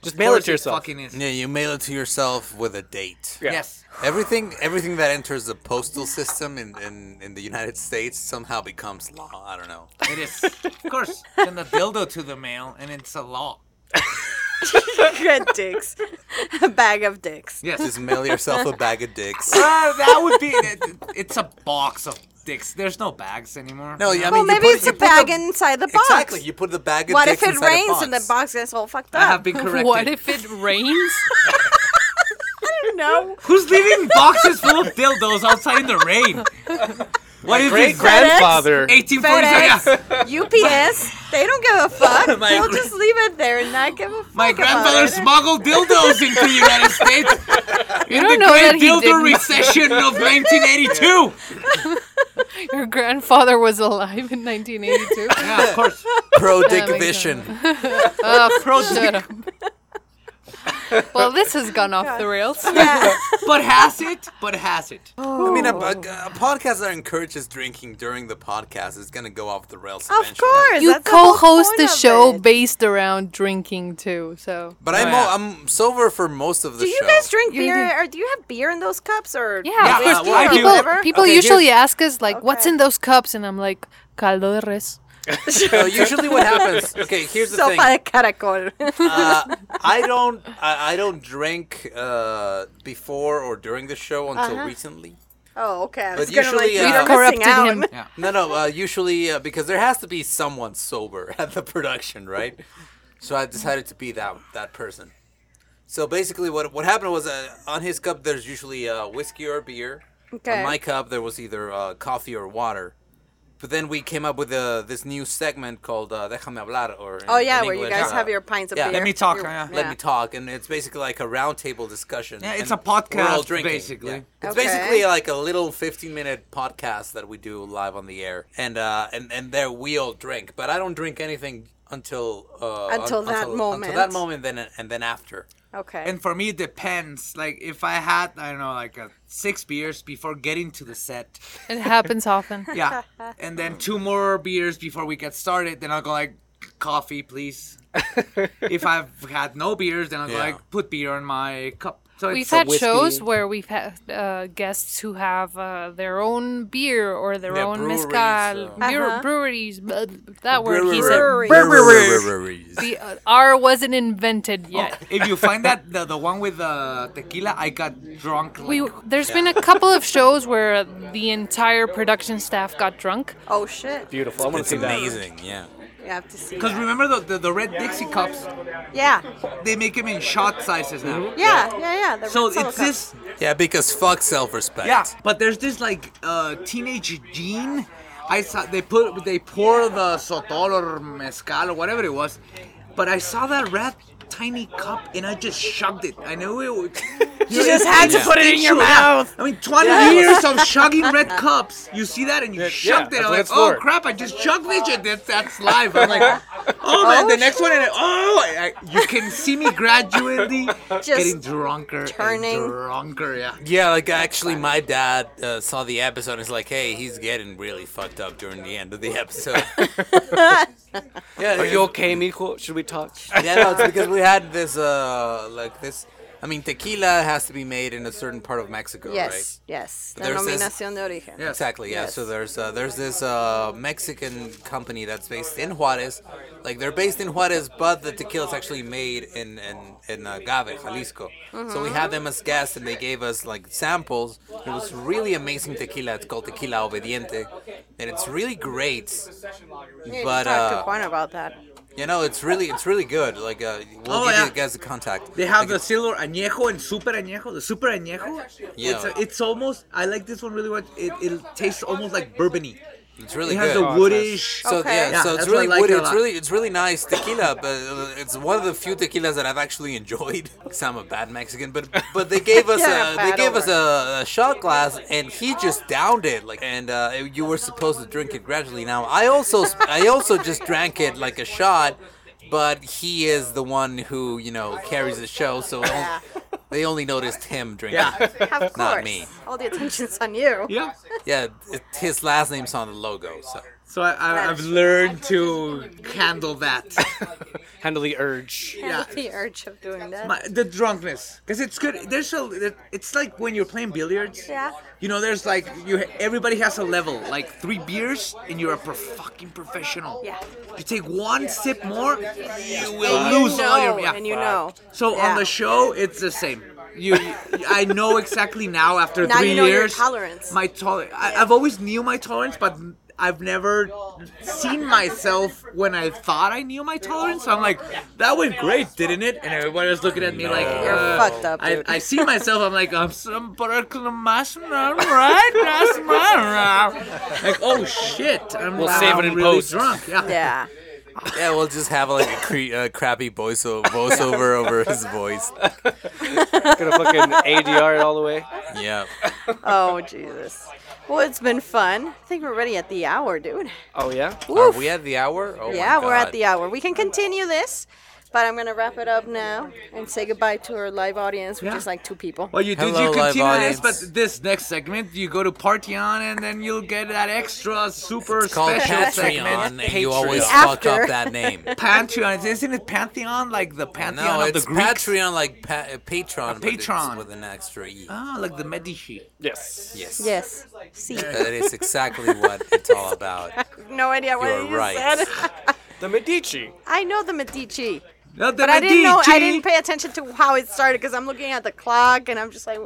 B: Just mail it to
D: Of course
B: yourself.
D: Fucking is.
C: you mail it to yourself with a date.
B: Yeah.
D: Yes.
C: Everything everything that enters the postal system in, in, in the United States somehow becomes law. I don't know.
D: It is. Of course. Send a dildo to the mail, and it's a law.
A: Good dicks. a bag of dicks.
D: Yes.
C: Just mail yourself a bag of dicks.
D: Ah, that would be. It, it's a box of dicks. There's no bags anymore.
C: No, I mean
A: Well,
C: you
A: maybe
C: put,
A: it's
C: you
A: a
C: put
A: bag
C: the,
A: inside the box.
C: Exactly, you put the bag of
A: What if
C: dicks
A: it
C: inside a
A: rains
C: box.
A: and the box gets all fucked up?
D: I have been corrected.
E: What if it rains?
A: no.
D: Who's leaving boxes full of dildos outside in the rain? What is
B: Great
D: this?
B: grandfather.
D: 1847.
A: FedEx, UPS, they don't give a fuck.
D: My
A: They'll
D: gra-
A: just leave it there and not give a fuck.
D: My grandfather
A: about it.
D: smuggled dildos into the United States in
E: don't
D: the
E: know that
D: Great
E: he
D: Dildo
E: didn't.
D: Recession of 1982.
E: Your grandfather was alive in 1982.
D: Yeah, of course.
C: Pro dick
E: makes
C: vision.
E: Oh, shut up. well, this has gone off the rails.
A: Yeah.
D: But has it? But has it?
E: Oh.
C: I mean, a,
A: Oh.
C: a, a podcast that encourages drinking during the podcast is gonna go off the rails.
A: Of
C: eventually.
A: course.
E: You
A: that's the whole
E: co-host the
A: point of
E: show
A: it.
E: based around drinking too, so
C: But I'm
D: yeah.
C: all, I'm sober for most of the
A: Do you
C: show.
A: guys drink
E: You
A: beer?
E: do.
A: Or do you have beer in those cups? Or
E: yeah.
D: Yeah,
E: of course,
D: uh, well, I do.
E: people
A: Whatever.
E: people
C: Okay,
E: usually ask us like, "What's
A: Okay.
E: in those cups?" and I'm like, "Caldo de res."
C: So usually, what happens? Okay, here's the thing.
A: sopa de caracol.
C: uh, I don't I, I don't drink uh, before or during the show
A: Uh-huh.
C: until recently.
A: oh, okay. I
C: But
A: was gonna, like,
C: usually, uh,
A: you're
E: We've
A: missing
E: corrupted
A: out.
E: him.
C: No, no. Uh, usually, uh, because there has to be someone sober at the production, right? So I decided to be that that person. So basically, what what happened was uh, on his cup there's usually uh, whiskey or beer.
A: Okay.
C: On my cup there was either uh, coffee or water. But then we came up with uh, this new segment called uh, "Déjame hablar," or
A: Oh, yeah,
C: in
A: where you
C: English,
A: guys
C: uh,
A: have your pints of
C: yeah.
A: beer.
C: Let
D: me talk,
A: Your-
D: yeah.
C: let me talk and it's basically like a roundtable discussion
D: Yeah, it's
C: and
D: a podcast,
C: we're all drinking.
D: basically.
C: Yeah. it's
A: Okay.
C: basically like a little 15 minute podcast that we do live on the air and uh and and there we all drink but i don't drink anything until uh un-
A: Until that moment.
C: until that moment then and then after
A: Okay.
D: And for me, it depends. Like, if I had, I don't know, like uh six beers before getting to the set,
E: It happens often.
D: yeah, and then two more beers before we get started, then I'll go like, coffee, please. if I've had no beers, then I'll go
C: Yeah.
D: like, put beer in my cup. So
E: We've
D: it's
E: had
B: whiskey.
E: shows where we've had uh, guests who have uh, their own beer or their
C: Yeah,
E: own
C: breweries,
E: mezcal,
C: uh,
E: beer-
A: Uh-huh.
E: breweries. blah, that word he said.
A: Brewery.
C: Breweries.
E: The uh, R wasn't invented yet.
D: if you find that the, the one with the tequila, I got drunk. Like,
E: We there's been a couple of shows where the entire production staff got drunk.
A: oh, shit. You
B: Beautiful. I want to
C: it's
B: see that.
C: amazing yeah
A: have to see.
D: because
A: that.
D: remember the, the, the red Dixie cups?
A: Yeah.
D: They make them in shot sizes now.
A: Yeah, yeah, yeah. the
D: So
A: red solo
D: it's
A: cup.
D: this
C: yeah because fuck self-respect
D: Yeah, but there's this like uh, teenage gene. I saw they put they pour the sotol or mezcal or whatever it was, but I saw that red tiny cup and I just shoved it. I knew it. Would,
A: You just had to
C: Yeah.
A: put it in your mouth.
D: I mean, 20 years of chugging red cups. You see that and you chugged
B: that's
D: it. I'm
B: what
D: like,
B: it's
D: oh
B: for."
D: crap, I just chugged this shit. That's, that's live. I'm like, oh man, the next one. And I, oh, I, I- you can see me gradually getting drunker.
A: turning.
D: And drunker, yeah.
C: Yeah, like actually, my dad uh, saw the episode. and He's like, "Hey, he's getting really fucked up during the end of the episode." yeah,
B: Are you okay, Miko? Should we talk?
C: yeah, no, it's because we had this, uh, like this. I mean, tequila has to be made in a certain part of Mexico,
A: Yes, yes.
C: But there's this-
A: Denominación de origen.
C: right? Exactly. Yeah.
A: Yes.
C: So there's uh, there's this uh, Mexican company that's based in Juarez. Like they're based in Juarez, but the tequila is actually made in in in Agave, Jalisco. So we had them as guests, and they gave us like samples. It was really amazing tequila. It's called Tequila Obediente, and it's really great.
A: Yeah, you talked
C: But
A: to
C: uh,
A: Juan about that.
C: you know, it's really it's really good. Like uh, we'll
D: Oh,
C: give
D: yeah.
C: you guys the contact.
D: They have
C: Like,
D: the silver añejo and super añejo. The super añejo,
C: Yeah.
D: it's, a, it's almost. I like this one really much. It, it tastes almost like bourbony.
C: it's really
D: It has
C: good. Oh,
D: a woodish.
C: So
A: Okay.
C: yeah,
D: Yeah,
C: so it's
D: that's what I
C: really
D: like
C: woody.
D: a
C: It's
D: lot.
C: really it's really nice tequila, but uh, it's one of the few tequilas that I've actually enjoyed. Cause I'm a bad Mexican, but but they gave us
A: You're
C: a,
A: a
C: they
A: bad
C: gave us a, a shot glass, and he just downed it like, and uh, you were supposed to drink it gradually. Now I also I also just drank it like a shot, but he is the one who you know carries the show, so
A: Yeah.
C: they only noticed him drinking.
D: Yeah.
A: Of course.
C: Not me.
A: All the attention's on you.
D: Yeah.
C: Yeah, it, his last name's on the logo, so.
D: So I, I, I've learned to handle that.
B: Handle the urge.
A: Yeah. The urge of doing that.
D: My, the drunkenness, because it's good. There's a. there- It's like when you're playing billiards.
A: Yeah.
D: You know, there's like you. Everybody has a level. Like three beers, and you're a pro- fucking professional.
A: Yeah.
D: You take one sip more, you
A: And
D: will
A: you
D: lose all your.
A: know,
D: Yeah.
A: And you know.
D: So
A: Yeah.
D: on the show, it's the same. You, I know exactly now after
A: Now
D: three
A: you know your
D: years.
A: tolerance.
D: My tolerance. I've always knew my tolerance, but I've never seen myself when I thought I knew my tolerance. So I'm like, that went great, didn't it? And everybody was looking at me like,
A: You're
D: uh,
A: fucked up,
D: I,
A: dude.
D: I see myself. I'm like, I'm some proclamation, all right? That's my Like, oh shit! I'm,
B: We'll
D: I'm
B: save it in
D: really
B: post.
D: drunk. Yeah.
A: yeah.
C: Yeah, we'll just have like a cre- uh, crappy voice o- voiceover over his voice.
B: Gonna fucking ADR it all the way.
C: Yeah.
A: Oh, Jesus. Well, it's been fun. I think we're ready at the hour, dude.
B: Oh yeah.
C: Are
A: Woof.
C: we at the hour? Oh my
A: yeah, we're at
C: God.
A: the hour. We can continue this, but I'm going to wrap it up now and say goodbye to our live audience, which
D: Yeah.
A: is like two people.
D: Well, you did
C: Hello,
D: you
C: live
D: continue this,
C: audience.
D: but this next segment you go to Partion and then you'll get that extra super
C: It's called
D: special
C: Patreon,
D: segment.
C: and you always
A: Patreon.
C: fuck
A: After.
C: up that name.
D: Pantheon, isn't it Pantheon like the Pantheon
C: No,
D: of the
C: it's
D: Greeks?
C: Patreon like pa- uh, Patron, but it's
D: Patron.
C: with an extra e.
D: Ah, like the Medici.
B: Yes.
C: Yes.
A: yes. See.
C: That is exactly what it's all about.
A: No idea what
C: You're
A: you
C: right.
A: said.
B: The Medici.
A: I know the Medici.
D: Not the
A: But I
D: Medici.
A: didn't know. I didn't pay attention to how it started because I'm looking at the clock and I'm just like,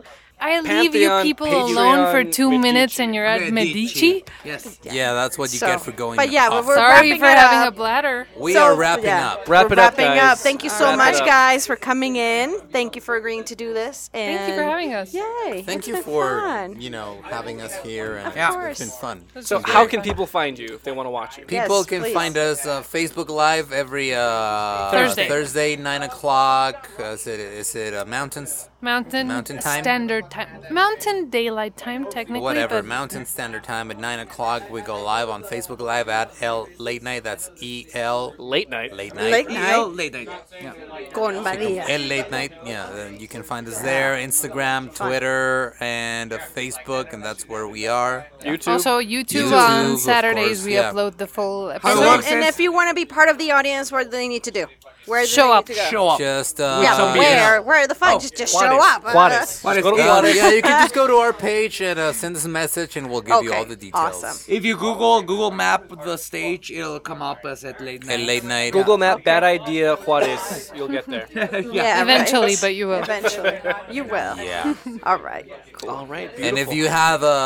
E: I leave you
B: Pantheon,
E: people alone for
B: Patreon,
E: two minutes
B: Medici.
E: and you're at Medici.
D: Yes.
C: Yeah, that's what you
A: So-
C: get for going.
A: but yeah,
C: off.
A: we're-
E: Sorry
A: Wrapping
E: for
A: it
E: having
A: up.
E: a bladder.
C: we
A: So,
C: are wrapping
A: yeah.
C: up.
B: Wrap
A: We're
B: it up,
A: wrapping
B: guys.
A: up. Thank you so
B: Wrap it
A: much,
B: up.
A: guys, for coming in. Thank you for agreeing to do this. And
E: Thank you for having us.
A: Yay!
C: Thank
A: it's
C: you
A: been
C: for
A: fun.
C: you know having us here, and
D: Yeah.
C: it's been fun.
B: So
C: It's been
B: how
C: great.
B: can people find you if they want to watch you?
C: People
A: Yes,
C: can
A: please.
C: find us uh, Facebook Live every uh,
E: Thursday.
C: Thursday, nine o'clock. Uh, is it is it uh, mountains?
E: Mountain,
C: Mountain time?
E: standard time. Mountain daylight time, technically.
C: Whatever,
E: but
C: Mountain Standard Time at nine o'clock. We go live on Facebook Live at L Late Night. That's E L
B: Late night.
C: Late Night.
A: Late night.
D: EL late night. Yeah.
A: Con Maria.
C: L Late Night. Yeah, uh, you can find us there. Instagram, Twitter, and uh, Facebook, and that's where we are.
B: YouTube.
E: Also, YouTube,
C: YouTube,
E: on
C: of
E: Saturdays
C: course,
E: we
C: yeah.
E: upload the full
D: So-
A: So,
E: episode.
D: Hello.
A: and if you want to be part of the audience, what do they need to do? Where do
E: Show
A: they
E: up.
A: Need to go?
D: Show up.
C: Just uh,
A: Yeah,
D: Some
A: but
D: beer.
A: where? Where the
C: Oh,
A: fuck? just just show up. Uh,
B: Juarez.
D: Juarez.
B: Just go to
C: Yeah,
B: Juarez.
C: yeah, you can just go to our page and uh, send us a message, and we'll give you
A: Okay,
C: all the details.
A: awesome.
D: If you Google Google Map the stage, it'll come up as at late night.
C: At late night.
B: Google Map, bad idea, Juarez. You'll get there.
A: yeah, right.
E: Eventually, but you will.
A: Eventually, you will.
C: Yeah.
A: All right.
B: All right.
C: and if
B: beautiful.
C: you have a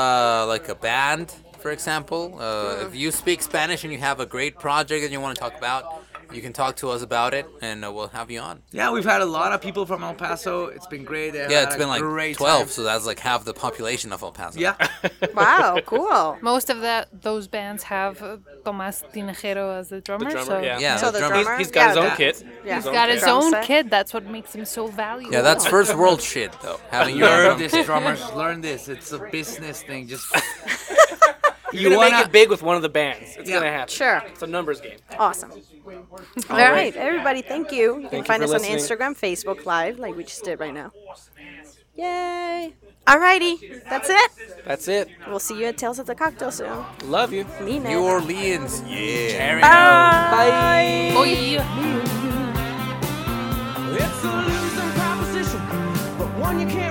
C: like a
D: Mm.
C: band, for example, uh, if you speak Spanish and you have a great project that you want to talk about, You can talk to us about it, and uh, we'll have you on.
D: Yeah, we've had a lot of people from El Paso. It's been great. They
C: Yeah,
D: had
C: it's
D: a
C: been like
D: great
C: 12,
D: time.
C: so that's like half the population of El Paso.
D: Yeah.
A: Wow, cool.
E: Most of that those bands have uh, Tomas Tinajero as the drummer.
B: drummer,
E: so
B: yeah.
C: Yeah,
A: So the
C: drummer.
A: drummer-
B: He's got his
A: Yeah,
B: own
A: that-
B: kit.
A: yeah.
E: He's got his
A: Drum
E: own
A: set.
E: kid. That's what makes him so valuable. Oh,
C: Yeah, that's first world shit, though. Having your own
D: learn
C: drum-
D: this, drummers. Learn this. It's a business thing. Just
B: You're
D: you
B: gonna
D: wanna
B: make it big with one of the bands. It's
D: Yeah.
B: gonna happen.
A: Sure.
B: It's a numbers game.
A: Awesome. All
D: right.
A: right. everybody, thank you. You can
B: Thank you
A: find
B: for
A: us on
B: listening.
A: Instagram, Facebook Live, like we just did right now. Yay. All righty. That's it.
B: That's it.
A: We'll see you at Tales of the Cocktail soon.
B: Love you.
A: Mean
C: New
A: it.
C: Orleans. Yeah.
A: Bye.
E: Oh, yeah.
F: It's a losing proposition, but one you can't.